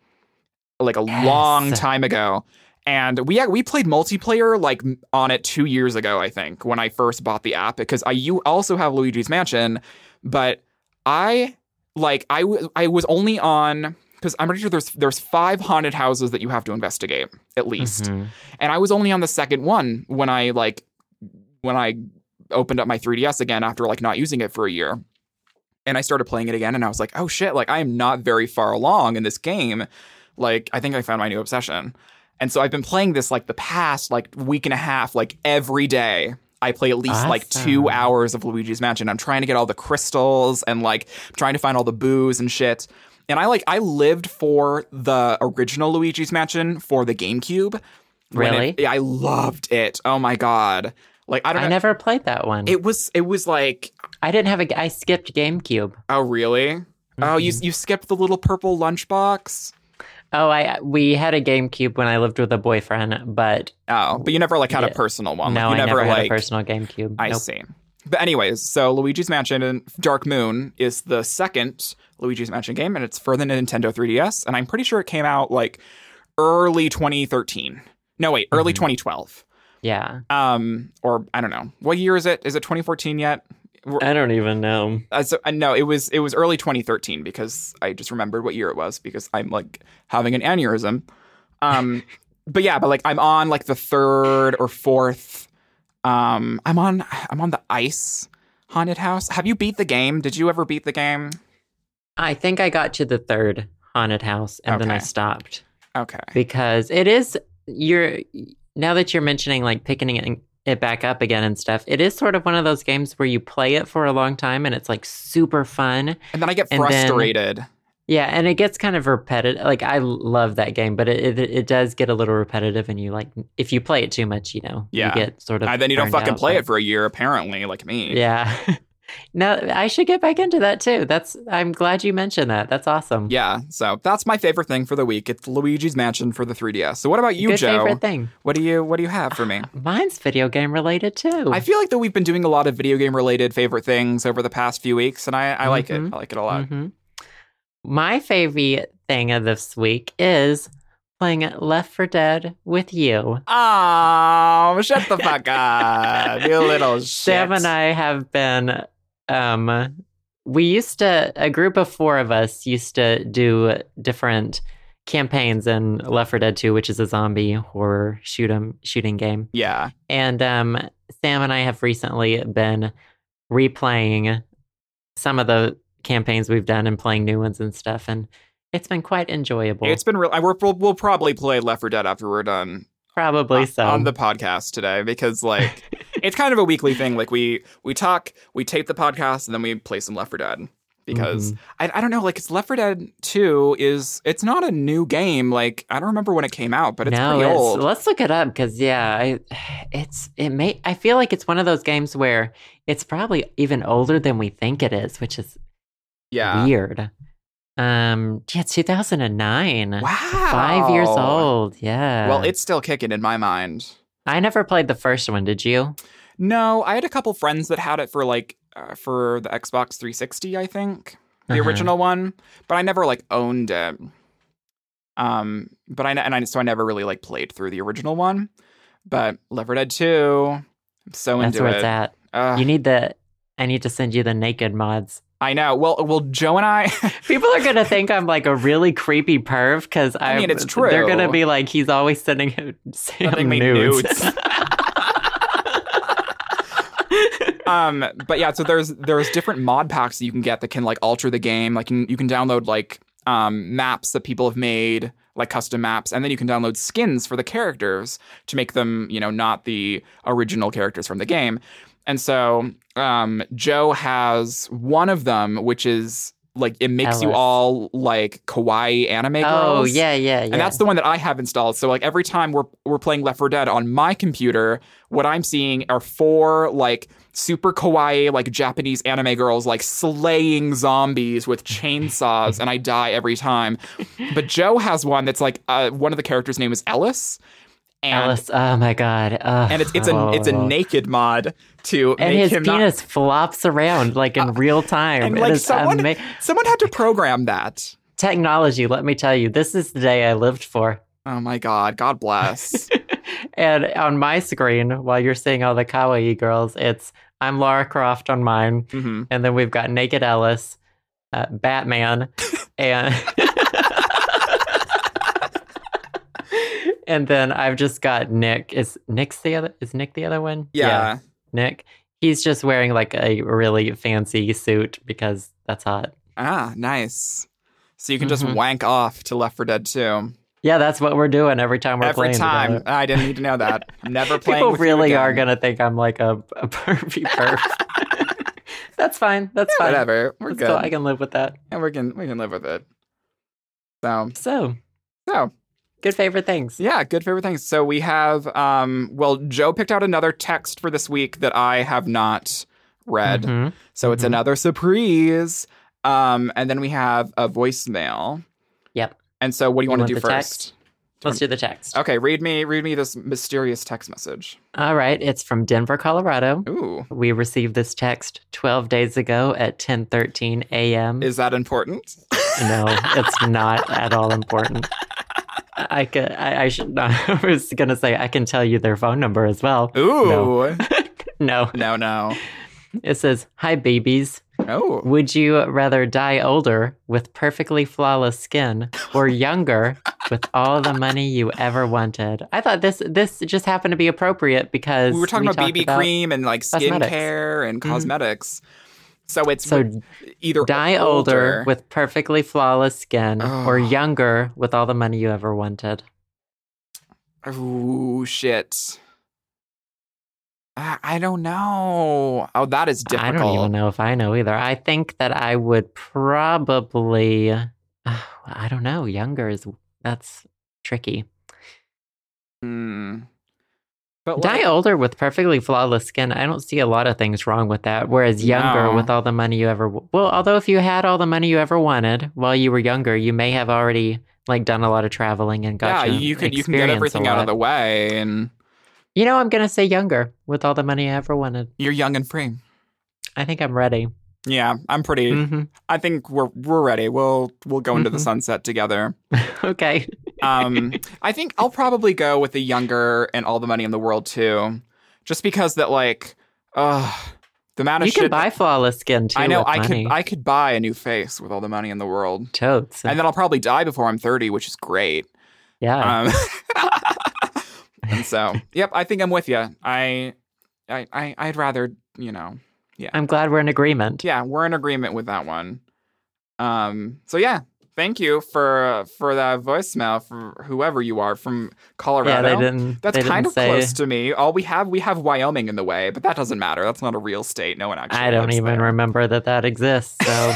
Speaker 2: like a
Speaker 1: Yes.
Speaker 2: long time ago. And we we played multiplayer like m- on it two years ago, I think, when I first bought the app because I you also have Luigi's Mansion, but I like I w- I was only on because I'm pretty sure there's there's five haunted houses that you have to investigate at least,
Speaker 1: mhm.
Speaker 2: and I was only on the second one when I like when I opened up my 3ds again after like not using it for a year, and I started playing it again, and I was like, oh shit, like I am not very far along in this game, like I think I found my new obsession, and so I've been playing this like the past like week and a half like every day. I play at least like two
Speaker 1: Awesome.
Speaker 2: hours of Luigi's Mansion. I'm trying to get all the crystals and like trying to find all the booze and shit. And I like I lived for the original Luigi's Mansion for the GameCube. when it-
Speaker 1: Really?
Speaker 2: yeah, I loved it. Oh my god! Like I don't
Speaker 1: I
Speaker 2: know.
Speaker 1: never played that one.
Speaker 2: it was it was like
Speaker 1: I didn't have a. I skipped GameCube.
Speaker 2: oh really? Oh you
Speaker 1: Mm-hmm.
Speaker 2: you skipped the little purple lunchbox.
Speaker 1: Oh, I we had a GameCube when I lived with a boyfriend, but
Speaker 2: Oh, but you never like had a
Speaker 1: Yeah.
Speaker 2: personal one.
Speaker 1: no,
Speaker 2: like, you
Speaker 1: I never had
Speaker 2: like
Speaker 1: a personal GameCube.
Speaker 2: I
Speaker 1: Nope.
Speaker 2: see. But anyways, so Luigi's Mansion and Dark Moon is the second Luigi's Mansion game, and it's for the Nintendo 3DS, and I'm pretty sure it came out like early 2013. No, wait, early
Speaker 1: Mm-hmm.
Speaker 2: 2012.
Speaker 1: Yeah,
Speaker 2: Um, or I don't know. What year is it? Is it 2014 yet? We're-
Speaker 1: I don't even know.
Speaker 2: Uh, so, uh, no, it was it was early 2013 because I just remembered what year it was because I'm like having an aneurysm. Um, but yeah, but like I'm on like the third or fourth. Um, I'm on I'm on the ice haunted house. Have you beat the game? Did you ever beat the game?
Speaker 1: I think I got to the third haunted house and then I
Speaker 2: Okay.
Speaker 1: stopped
Speaker 2: Okay.
Speaker 1: because it is you're now that you're mentioning like picking it it back up again and stuff. It is sort of one of those games where you play it for a long time and it's like super fun.
Speaker 2: And then I get
Speaker 1: And then-
Speaker 2: frustrated.
Speaker 1: Yeah, and it gets kind of repetitive. Like I love that game, but it, it it does get a little repetitive, and you like if you play it too much, you know,
Speaker 2: Yeah.
Speaker 1: you get sort of.
Speaker 2: and then you don't
Speaker 1: burned
Speaker 2: fucking
Speaker 1: out,
Speaker 2: play
Speaker 1: but-
Speaker 2: it for a year, apparently, like me.
Speaker 1: Yeah. no, I should get back into that too. That's I'm glad you mentioned that. That's awesome.
Speaker 2: Yeah, so that's my favorite thing for the week. It's Luigi's Mansion for the 3DS. So what about you,
Speaker 1: Good
Speaker 2: Joe?
Speaker 1: favorite thing.
Speaker 2: What do you what do you have for me?
Speaker 1: Mine's video game related too.
Speaker 2: I feel like that we've been doing a lot of video game related favorite things over the past few weeks, and I, I like it.
Speaker 1: Mhm.
Speaker 2: I like it a lot.
Speaker 1: Mhm. My favorite thing of this week is playing Left for Dead with you.
Speaker 2: Oh, shut the fuck up, you little shit.
Speaker 1: Sam and I have been um we used to a group of four of us used to do different campaigns in Left 4 Dead 2, which is a zombie horror shoot 'em shooting game.
Speaker 2: Yeah.
Speaker 1: And um Sam and I have recently been replaying some of the campaigns we've done and playing new ones and stuff and it's been quite enjoyable.
Speaker 2: It's been real. I, we're, we'll, we'll probably play Left 4 Dead after we're done
Speaker 1: probably
Speaker 2: on-
Speaker 1: so.
Speaker 2: on the podcast today because, like, it's kind of a weekly thing. Like, we we talk, we tape the podcast, and then we play some Left 4 Dead because I, I don't know. Like, it's Left 4 Dead 2 is it's not a new game. Like, I don't remember when it came out, but it's
Speaker 1: no,
Speaker 2: pretty old.
Speaker 1: let's look it up because yeah, I, it's it may I feel like it's one of those games where it's probably even older than we think it is, which is
Speaker 2: yeah.
Speaker 1: weird. Um, yeah, two thousand and nine.
Speaker 2: Wow.
Speaker 1: Five years old. Yeah.
Speaker 2: Well, it's still kicking in my mind.
Speaker 1: I never played the first one. Did you?
Speaker 2: No, I had a couple friends that had it for like uh, for the Xbox 360, I think, the
Speaker 1: Uh-huh.
Speaker 2: original one, but I never like owned it. Um, but I ne- and I so I never really like played through the original one, but Left 4 Dead 2, I'm so
Speaker 1: That's
Speaker 2: into
Speaker 1: where
Speaker 2: it. Ah.
Speaker 1: it's at.
Speaker 2: Ugh,
Speaker 1: You need the. I need to send you the naked mods.
Speaker 2: I know. Well, well, Joe and I.
Speaker 1: People are gonna think I'm like a really creepy perv because I,
Speaker 2: I mean, it's
Speaker 1: They're
Speaker 2: true.
Speaker 1: gonna be like, he's always sending him Sam
Speaker 2: me
Speaker 1: nudes.
Speaker 2: um but yeah so there's there's different mod packs that you can get that can like alter the game like you can, you can download like um maps that people have made like custom maps and then you can download skins for the characters to make them you know not the original characters from the game and so um joe has one of them which is like it makes you
Speaker 1: Alice.
Speaker 2: all like kawaii anime girls
Speaker 1: oh yeah, yeah, yeah.
Speaker 2: and that's the one that I have installed. So like every time we're we're playing Left 4 Dead on my computer, what I'm seeing are four like super kawaii like Japanese anime girls like slaying zombies with chainsaws, and I die every time. But Joe has one that's like uh, one of the characters' name is Ellis, and
Speaker 1: Alice. Oh my god. Ugh.
Speaker 2: and it's it's a
Speaker 1: Oh,
Speaker 2: it's a
Speaker 1: oh, oh.
Speaker 2: naked mod to
Speaker 1: And
Speaker 2: make
Speaker 1: his
Speaker 2: him not.
Speaker 1: penis flops around like in real time.
Speaker 2: Uh, And
Speaker 1: It
Speaker 2: like
Speaker 1: is
Speaker 2: someone,
Speaker 1: ama-
Speaker 2: someone had to program that.
Speaker 1: technology. Let me tell you, this is the day I lived for.
Speaker 2: Oh my god! God bless.
Speaker 1: And on my screen, while you're seeing all the kawaii girls, it's I'm Laura Croft on mine,
Speaker 2: hmm
Speaker 1: and then we've got Naked Ellis, uh, Batman, and and then I've just got Nick. Is Nick's the other? Is Nick the other one?
Speaker 2: yeah.
Speaker 1: Nick. He's just wearing like a really fancy suit because that's hot.
Speaker 2: Ah, nice. So you can just
Speaker 1: Mhm.
Speaker 2: wank off to Left 4 Dead 2
Speaker 1: Yeah, that's what we're doing every time we're
Speaker 2: every
Speaker 1: playing.
Speaker 2: time.
Speaker 1: together.
Speaker 2: I didn't need to know that. I'm never playing.
Speaker 1: People
Speaker 2: with you
Speaker 1: really are
Speaker 2: again.
Speaker 1: gonna think I'm like a, a pervy perv. that's fine. That's fine.
Speaker 2: Whatever, we're
Speaker 1: That's
Speaker 2: good,
Speaker 1: cool. I can live with that.
Speaker 2: and we can we can live with it. So
Speaker 1: So,
Speaker 2: so
Speaker 1: good favorite things.
Speaker 2: yeah, good favorite things. So we have um well Joe picked out another text for this week that I have not read,
Speaker 1: Mhm.
Speaker 2: so it's
Speaker 1: mhm.
Speaker 2: another surprise. Um, and then we have a voicemail.
Speaker 1: Yep.
Speaker 2: And so, what do you,
Speaker 1: You
Speaker 2: want
Speaker 1: want
Speaker 2: to
Speaker 1: the
Speaker 2: do first?
Speaker 1: text? Let's do the text.
Speaker 2: Okay, read me read me this mysterious text message.
Speaker 1: All right. It's from Denver, Colorado.
Speaker 2: Ooh,
Speaker 1: We received this text 12 days ago at 10:13 a.m.
Speaker 2: is that important?
Speaker 1: No, it's not at all important. I could, I, I should not. I was gonna say I can tell you their phone number as well.
Speaker 2: Ooh,
Speaker 1: No,
Speaker 2: no, no.
Speaker 1: it says, "Hi, babies.
Speaker 2: Oh,
Speaker 1: Would you rather die older with perfectly flawless skin, or younger with all the money you ever wanted?" I thought this this just happened to be appropriate because
Speaker 2: we were talking about
Speaker 1: talked
Speaker 2: BB cream and like
Speaker 1: cosmetics.
Speaker 2: skincare and
Speaker 1: Mhm.
Speaker 2: cosmetics. So it's
Speaker 1: So
Speaker 2: either
Speaker 1: die older with perfectly flawless skin, or
Speaker 2: Ugh.
Speaker 1: younger with all the money you ever wanted.
Speaker 2: Ooh shit. I, I don't know. Oh, that is difficult.
Speaker 1: I don't even know if I know either. I think that I would probably, Oh, I don't know. Younger is that's tricky.
Speaker 2: Hmm. But like,
Speaker 1: Die older with perfectly flawless skin. I don't see a lot of things wrong with that. Whereas younger
Speaker 2: No.
Speaker 1: with all the money you ever well, although if you had all the money you ever wanted while you were younger, you may have already like done a lot of traveling and got
Speaker 2: yeah,
Speaker 1: your
Speaker 2: you can you can get
Speaker 1: experience a
Speaker 2: everything out of
Speaker 1: lot.
Speaker 2: the way, and
Speaker 1: You know, I'm gonna say younger with all the money I ever wanted.
Speaker 2: you're young and free.
Speaker 1: I think I'm ready.
Speaker 2: Yeah, I'm pretty.
Speaker 1: Mhm.
Speaker 2: I think we're we're ready. We'll we'll go into the
Speaker 1: Mhm.
Speaker 2: sunset together.
Speaker 1: Okay.
Speaker 2: Um, I think I'll probably go with the younger and all the money in the world too, just because that like, uh, the amount of
Speaker 1: You
Speaker 2: shit
Speaker 1: can buy flawless skin too.
Speaker 2: I know
Speaker 1: with
Speaker 2: I
Speaker 1: money.
Speaker 2: could I could buy a new face with all the money in the world.
Speaker 1: totes.
Speaker 2: And then I'll probably die before I'm 30, which is great.
Speaker 1: yeah.
Speaker 2: Um, and so, yep, I think I'm with you. I, I, I, I'd rather, you know,
Speaker 1: I'm glad we're in agreement.
Speaker 2: yeah, we're in agreement with that one. Um, so yeah, thank you for for that voicemail for whoever you are from
Speaker 1: Yeah,
Speaker 2: Colorado.
Speaker 1: they didn't.
Speaker 2: That's
Speaker 1: they didn't
Speaker 2: kind of
Speaker 1: say,
Speaker 2: close to me. All we have, we have Wyoming in the way, but that doesn't matter. That's not a real state. No one actually.
Speaker 1: I don't
Speaker 2: lives
Speaker 1: even
Speaker 2: there.
Speaker 1: remember that that exists. So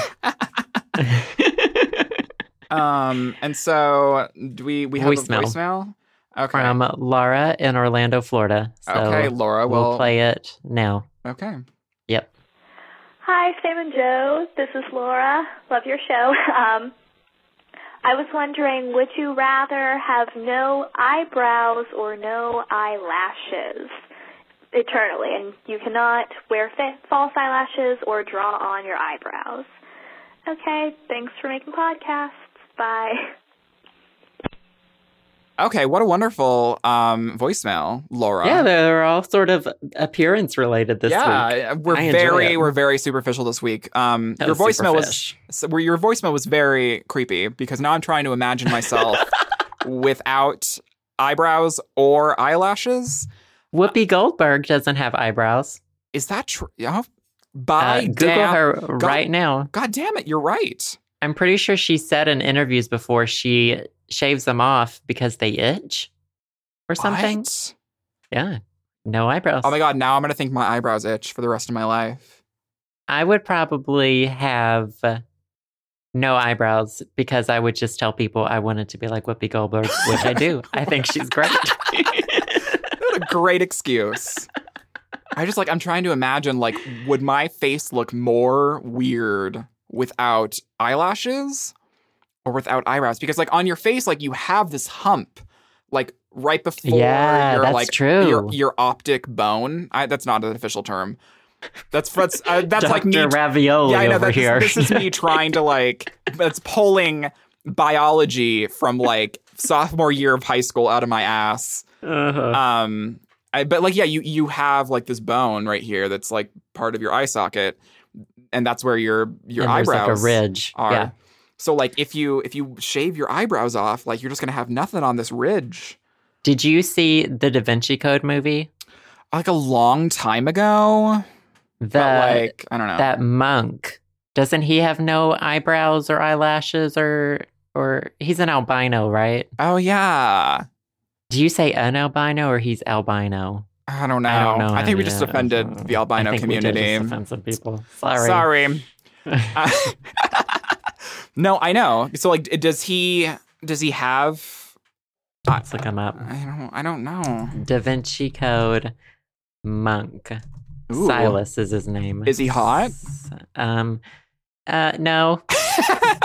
Speaker 2: Um, and so do we we have
Speaker 1: Voicemail.
Speaker 2: a voicemail. Okay.
Speaker 1: from Laura in Orlando, Florida. So
Speaker 2: okay, Laura.
Speaker 1: we'll
Speaker 2: Well,
Speaker 1: play it now.
Speaker 2: okay.
Speaker 1: Yep.
Speaker 3: Hi, Sam and Joe. This is Laura. Love your show. Um, I was wondering, would you rather have no eyebrows or no eyelashes eternally? And you cannot wear fa- false eyelashes or draw on your eyebrows. Okay, thanks for making podcasts. Bye.
Speaker 2: Okay, what a wonderful um, voicemail, Laura.
Speaker 1: Yeah, they're all sort of appearance related this week.
Speaker 2: yeah, we're
Speaker 1: I enjoy
Speaker 2: very
Speaker 1: it.
Speaker 2: we're very superficial this week. Um,
Speaker 1: That
Speaker 2: your
Speaker 1: was super
Speaker 2: voicemail was
Speaker 1: fish.
Speaker 2: so, where your voicemail was very creepy because now I'm trying to imagine myself without eyebrows or eyelashes.
Speaker 1: Whoopi Goldberg doesn't have eyebrows.
Speaker 2: Is that true? Yeah.
Speaker 1: Uh,
Speaker 2: By
Speaker 1: Google
Speaker 2: damn,
Speaker 1: her right now.
Speaker 2: God damn it, you're right.
Speaker 1: I'm pretty sure she said in interviews before she shaves them off because they itch or something.
Speaker 2: What?
Speaker 1: Yeah. No eyebrows.
Speaker 2: Oh my god, now I'm gonna think my eyebrows itch for the rest of my life.
Speaker 1: I would probably have uh, no eyebrows because I would just tell people I wanted to be like Whoopi Goldberg, which I do. I think she's great.
Speaker 2: What a great excuse. I just like I'm trying to imagine like would my face look more weird without eyelashes or without eyebrows? Because like on your face, like you have this hump, like right before
Speaker 1: Yeah,
Speaker 2: your
Speaker 1: that's
Speaker 2: like
Speaker 1: true.
Speaker 2: your your optic bone. I, that's not an official term. That's that's uh, that's
Speaker 1: Dr.
Speaker 2: like me.
Speaker 1: Ravioli
Speaker 2: yeah, I know
Speaker 1: over
Speaker 2: that's,
Speaker 1: here.
Speaker 2: This is me trying to like that's pulling biology from like sophomore year of high school out of my ass
Speaker 1: Uh-huh.
Speaker 2: um I, but like yeah you you have like this bone right here that's like part of your eye socket and that's where your your
Speaker 1: and there's like a
Speaker 2: eyebrows
Speaker 1: ridge.
Speaker 2: are
Speaker 1: Yeah.
Speaker 2: so like if you if you shave your eyebrows off like you're just gonna have nothing on this ridge
Speaker 1: Did you see the Da Vinci Code movie?
Speaker 2: like a long time ago
Speaker 1: The
Speaker 2: but like i don't know
Speaker 1: that monk doesn't he have no eyebrows or eyelashes or or he's an albino, right?
Speaker 2: oh yeah
Speaker 1: Do you say an albino or he's albino?
Speaker 2: i don't know
Speaker 1: I don't know. how
Speaker 2: think we
Speaker 1: to
Speaker 2: just
Speaker 1: do that.
Speaker 2: offended the albino
Speaker 1: I think we did
Speaker 2: community
Speaker 1: just offend some people. Sorry.
Speaker 2: sorry. Uh, no i know so like does he does he have
Speaker 1: Let's look him up.
Speaker 2: i don't i don't know
Speaker 1: Da Vinci Code monk.
Speaker 2: Ooh.
Speaker 1: Silas is his name.
Speaker 2: Is he hot?
Speaker 1: Um, uh, no.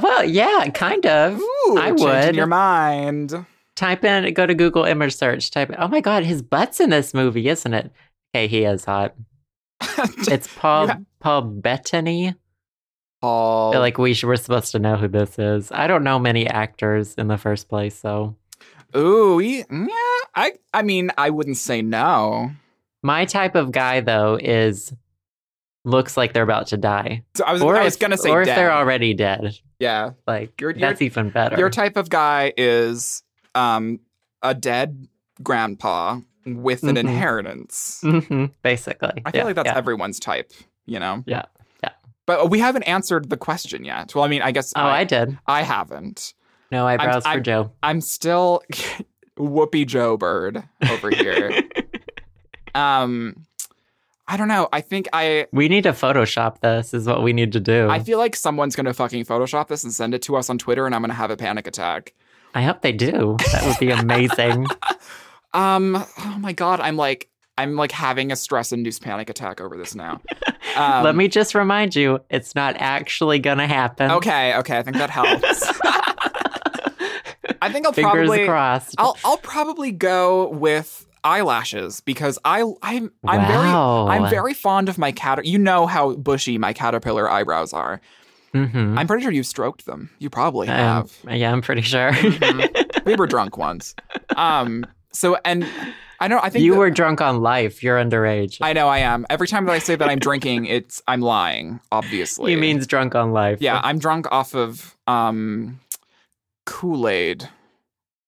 Speaker 1: well, yeah, kind of.
Speaker 2: Ooh,
Speaker 1: I
Speaker 2: changing
Speaker 1: would.
Speaker 2: your mind.
Speaker 1: Type in, go to Google image search. Type. Oh my God, his butt's in this movie, isn't it? Okay, he is hot. It's Paul
Speaker 2: Yeah.
Speaker 1: Paul Bettany.
Speaker 2: Paul,
Speaker 1: I feel like we should, we're supposed to know who this is. I don't know many actors in the first place, so
Speaker 2: ooh, he- yeah. I, I mean, I wouldn't say no.
Speaker 1: my type of guy though is looks like they're about to die,
Speaker 2: So I was,
Speaker 1: or
Speaker 2: I was
Speaker 1: if-
Speaker 2: gonna say,
Speaker 1: or if they're
Speaker 2: dead.
Speaker 1: already dead.
Speaker 2: yeah.
Speaker 1: Like
Speaker 2: Your- your-
Speaker 1: that's even better.
Speaker 2: Your type of guy is um a dead grandpa with an
Speaker 1: Mhm.
Speaker 2: inheritance.
Speaker 1: hmm basically.
Speaker 2: I feel
Speaker 1: Yeah,
Speaker 2: like that's
Speaker 1: yeah.
Speaker 2: everyone's type, you know.
Speaker 1: Yeah, yeah.
Speaker 2: But we haven't answered the question yet. Well, I mean, I guess
Speaker 1: Oh, I did.
Speaker 2: I haven't.
Speaker 1: No eyebrows
Speaker 2: I'm-
Speaker 1: for Joe.
Speaker 2: I'm still Whoopi Joe Bird over here. um I don't know. I think I
Speaker 1: We need to Photoshop this, is what we need to do.
Speaker 2: I feel like someone's gonna fucking Photoshop this and send it to us on Twitter, and I'm gonna have a panic attack.
Speaker 1: I hope they do. That would be amazing.
Speaker 2: Um, oh my god, I'm like, I'm like having a stress-induced panic attack over this now. Um,
Speaker 1: Let me just remind you, it's not actually going to happen.
Speaker 2: Um, Okay, okay, I think that helps. I think I'll
Speaker 1: Fingers
Speaker 2: probably
Speaker 1: crossed.
Speaker 2: I'll I'll probably go with eyelashes because I I'm I'm
Speaker 1: Wow.
Speaker 2: very I'm very fond of my cat. You know how bushy my caterpillar eyebrows are.
Speaker 1: mm-hmm.
Speaker 2: I'm pretty sure you've stroked them. You probably
Speaker 1: Um,
Speaker 2: have.
Speaker 1: yeah, I'm pretty sure.
Speaker 2: Mhm. we were drunk once. Um. So and I know I think
Speaker 1: you
Speaker 2: that-
Speaker 1: were drunk on life. You're underage.
Speaker 2: I know I am. Every time that I say that I'm drinking, it's I'm lying. Obviously,
Speaker 1: he means drunk on life.
Speaker 2: yeah. I'm drunk off of um Kool Aid.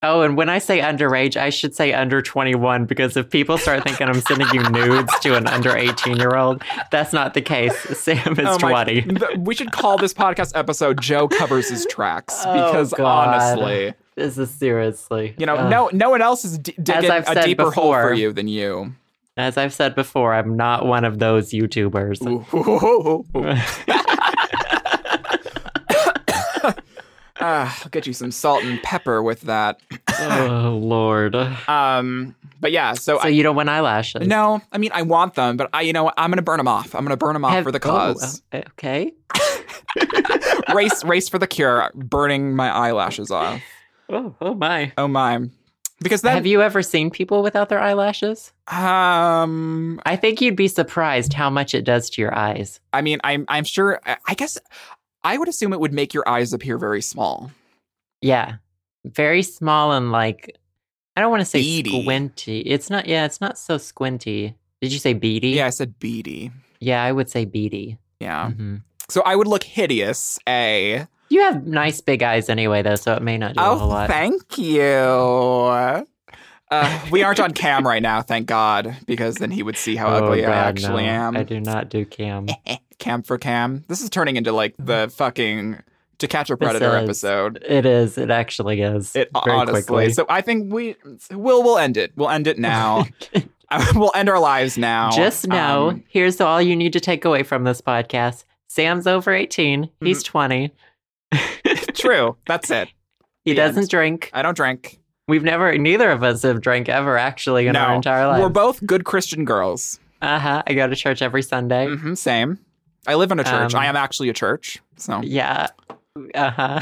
Speaker 1: Oh, and when I say underage, I should say under 21 because if people start thinking I'm sending you nudes to an under 18 year old, that's not the case. Sam
Speaker 2: Oh
Speaker 1: is 20.
Speaker 2: We should call this podcast episode "Joe covers his tracks"
Speaker 1: Oh,
Speaker 2: because
Speaker 1: God.
Speaker 2: honestly,
Speaker 1: This is seriously. uh,
Speaker 2: you know,
Speaker 1: Ugh.
Speaker 2: no no one else is d- digging
Speaker 1: I've
Speaker 2: a
Speaker 1: said
Speaker 2: deeper hole for
Speaker 1: before.
Speaker 2: you than you.
Speaker 1: As I've said before, I'm not one of those YouTubers.
Speaker 2: Ah, I'll get you some salt and pepper with that.
Speaker 1: oh, Lord.
Speaker 2: Um, but yeah, so,
Speaker 1: So
Speaker 2: I,
Speaker 1: you don't want eyelashes?
Speaker 2: no, I mean I want them, but I you know what? I'm gonna burn them off. I'm gonna burn them off
Speaker 1: Have-
Speaker 2: for the
Speaker 1: oh,
Speaker 2: cause.
Speaker 1: uh, okay.
Speaker 2: race race for the cure. Burning my eyelashes off.
Speaker 1: Oh, oh my.
Speaker 2: Oh my, because then
Speaker 1: Have you ever seen people without their eyelashes?
Speaker 2: um
Speaker 1: I think you'd be surprised how much it does to your eyes.
Speaker 2: I mean, I'm I'm sure. I- I guess I would assume it would make your eyes appear very small.
Speaker 1: Yeah. Very small and like, I don't want to say
Speaker 2: Beady.
Speaker 1: squinty. It's not, yeah, it's not so squinty. Did you say beady?
Speaker 2: Yeah, Oh. I said beady.
Speaker 1: Yeah, I would say beady.
Speaker 2: Yeah.
Speaker 1: Mhm.
Speaker 2: So I would look hideous. A.
Speaker 1: You have nice big eyes anyway, though, so it may not do a whole
Speaker 2: Oh,
Speaker 1: lot.
Speaker 2: thank you. Uh, we aren't on cam right now, thank God, because then he would see how
Speaker 1: Oh,
Speaker 2: ugly I
Speaker 1: God,
Speaker 2: actually
Speaker 1: no.
Speaker 2: am.
Speaker 1: I do not do cam.
Speaker 2: Cam for cam. This is turning into like
Speaker 1: Mm-hmm.
Speaker 2: the fucking To Catch a Predator
Speaker 1: is-
Speaker 2: episode.
Speaker 1: It is. It actually is.
Speaker 2: It
Speaker 1: very
Speaker 2: honestly.
Speaker 1: quickly.
Speaker 2: So I think we we'll we'll end it. We'll end it now. we'll end our lives now.
Speaker 1: Just know,
Speaker 2: Um,
Speaker 1: here's all you need to take away from this podcast. Sam's over 18. He's
Speaker 2: Mm-hmm.
Speaker 1: 20.
Speaker 2: true. That's it.
Speaker 1: He
Speaker 2: The end.
Speaker 1: doesn't drink.
Speaker 2: I don't drink.
Speaker 1: We've never, neither of us have drank ever, actually, in our
Speaker 2: No.
Speaker 1: entire life.
Speaker 2: We're both good Christian girls.
Speaker 1: uh huh. I go to church every Sunday.
Speaker 2: hmm same. I live in a church.
Speaker 1: Um,
Speaker 2: I am actually a church. So
Speaker 1: Yeah. Uh huh.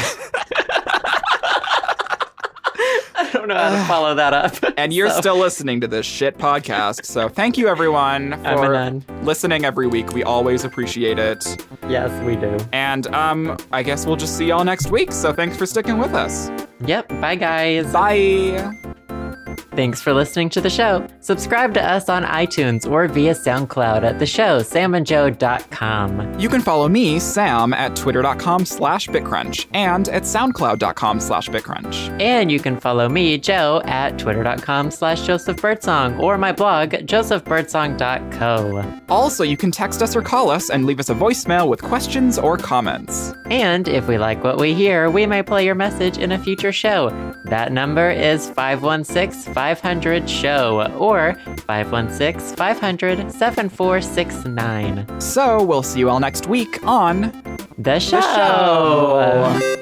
Speaker 1: I don't know how to follow that up.
Speaker 2: and you're
Speaker 1: So,
Speaker 2: still listening to this shit podcast. So thank you everyone
Speaker 1: I'm a
Speaker 2: for
Speaker 1: nun.
Speaker 2: listening every week. We always appreciate it.
Speaker 1: Yes, we do.
Speaker 2: And um I guess we'll just see y'all next week. So thanks for sticking with us.
Speaker 1: Yep. Bye, guys.
Speaker 2: Bye.
Speaker 1: Thanks for listening to the show. Subscribe to us on iTunes or via SoundCloud at the show, samandjoe.com.
Speaker 2: You can follow me, Sam, at twitter.com slash bitcrunch and at soundcloud.com slash bitcrunch.
Speaker 1: And you can follow me, Joe, at twitter.com slash josephbirdsong or my blog, josephbirdsong.co.
Speaker 2: Also, you can text us or call us and leave us a voicemail with questions or comments.
Speaker 1: And if we like what we hear, we may play your message in a future show. That number is 516 500 SHOW or 516 500 7469.
Speaker 2: So we'll see you all next week on
Speaker 1: The show!
Speaker 2: show.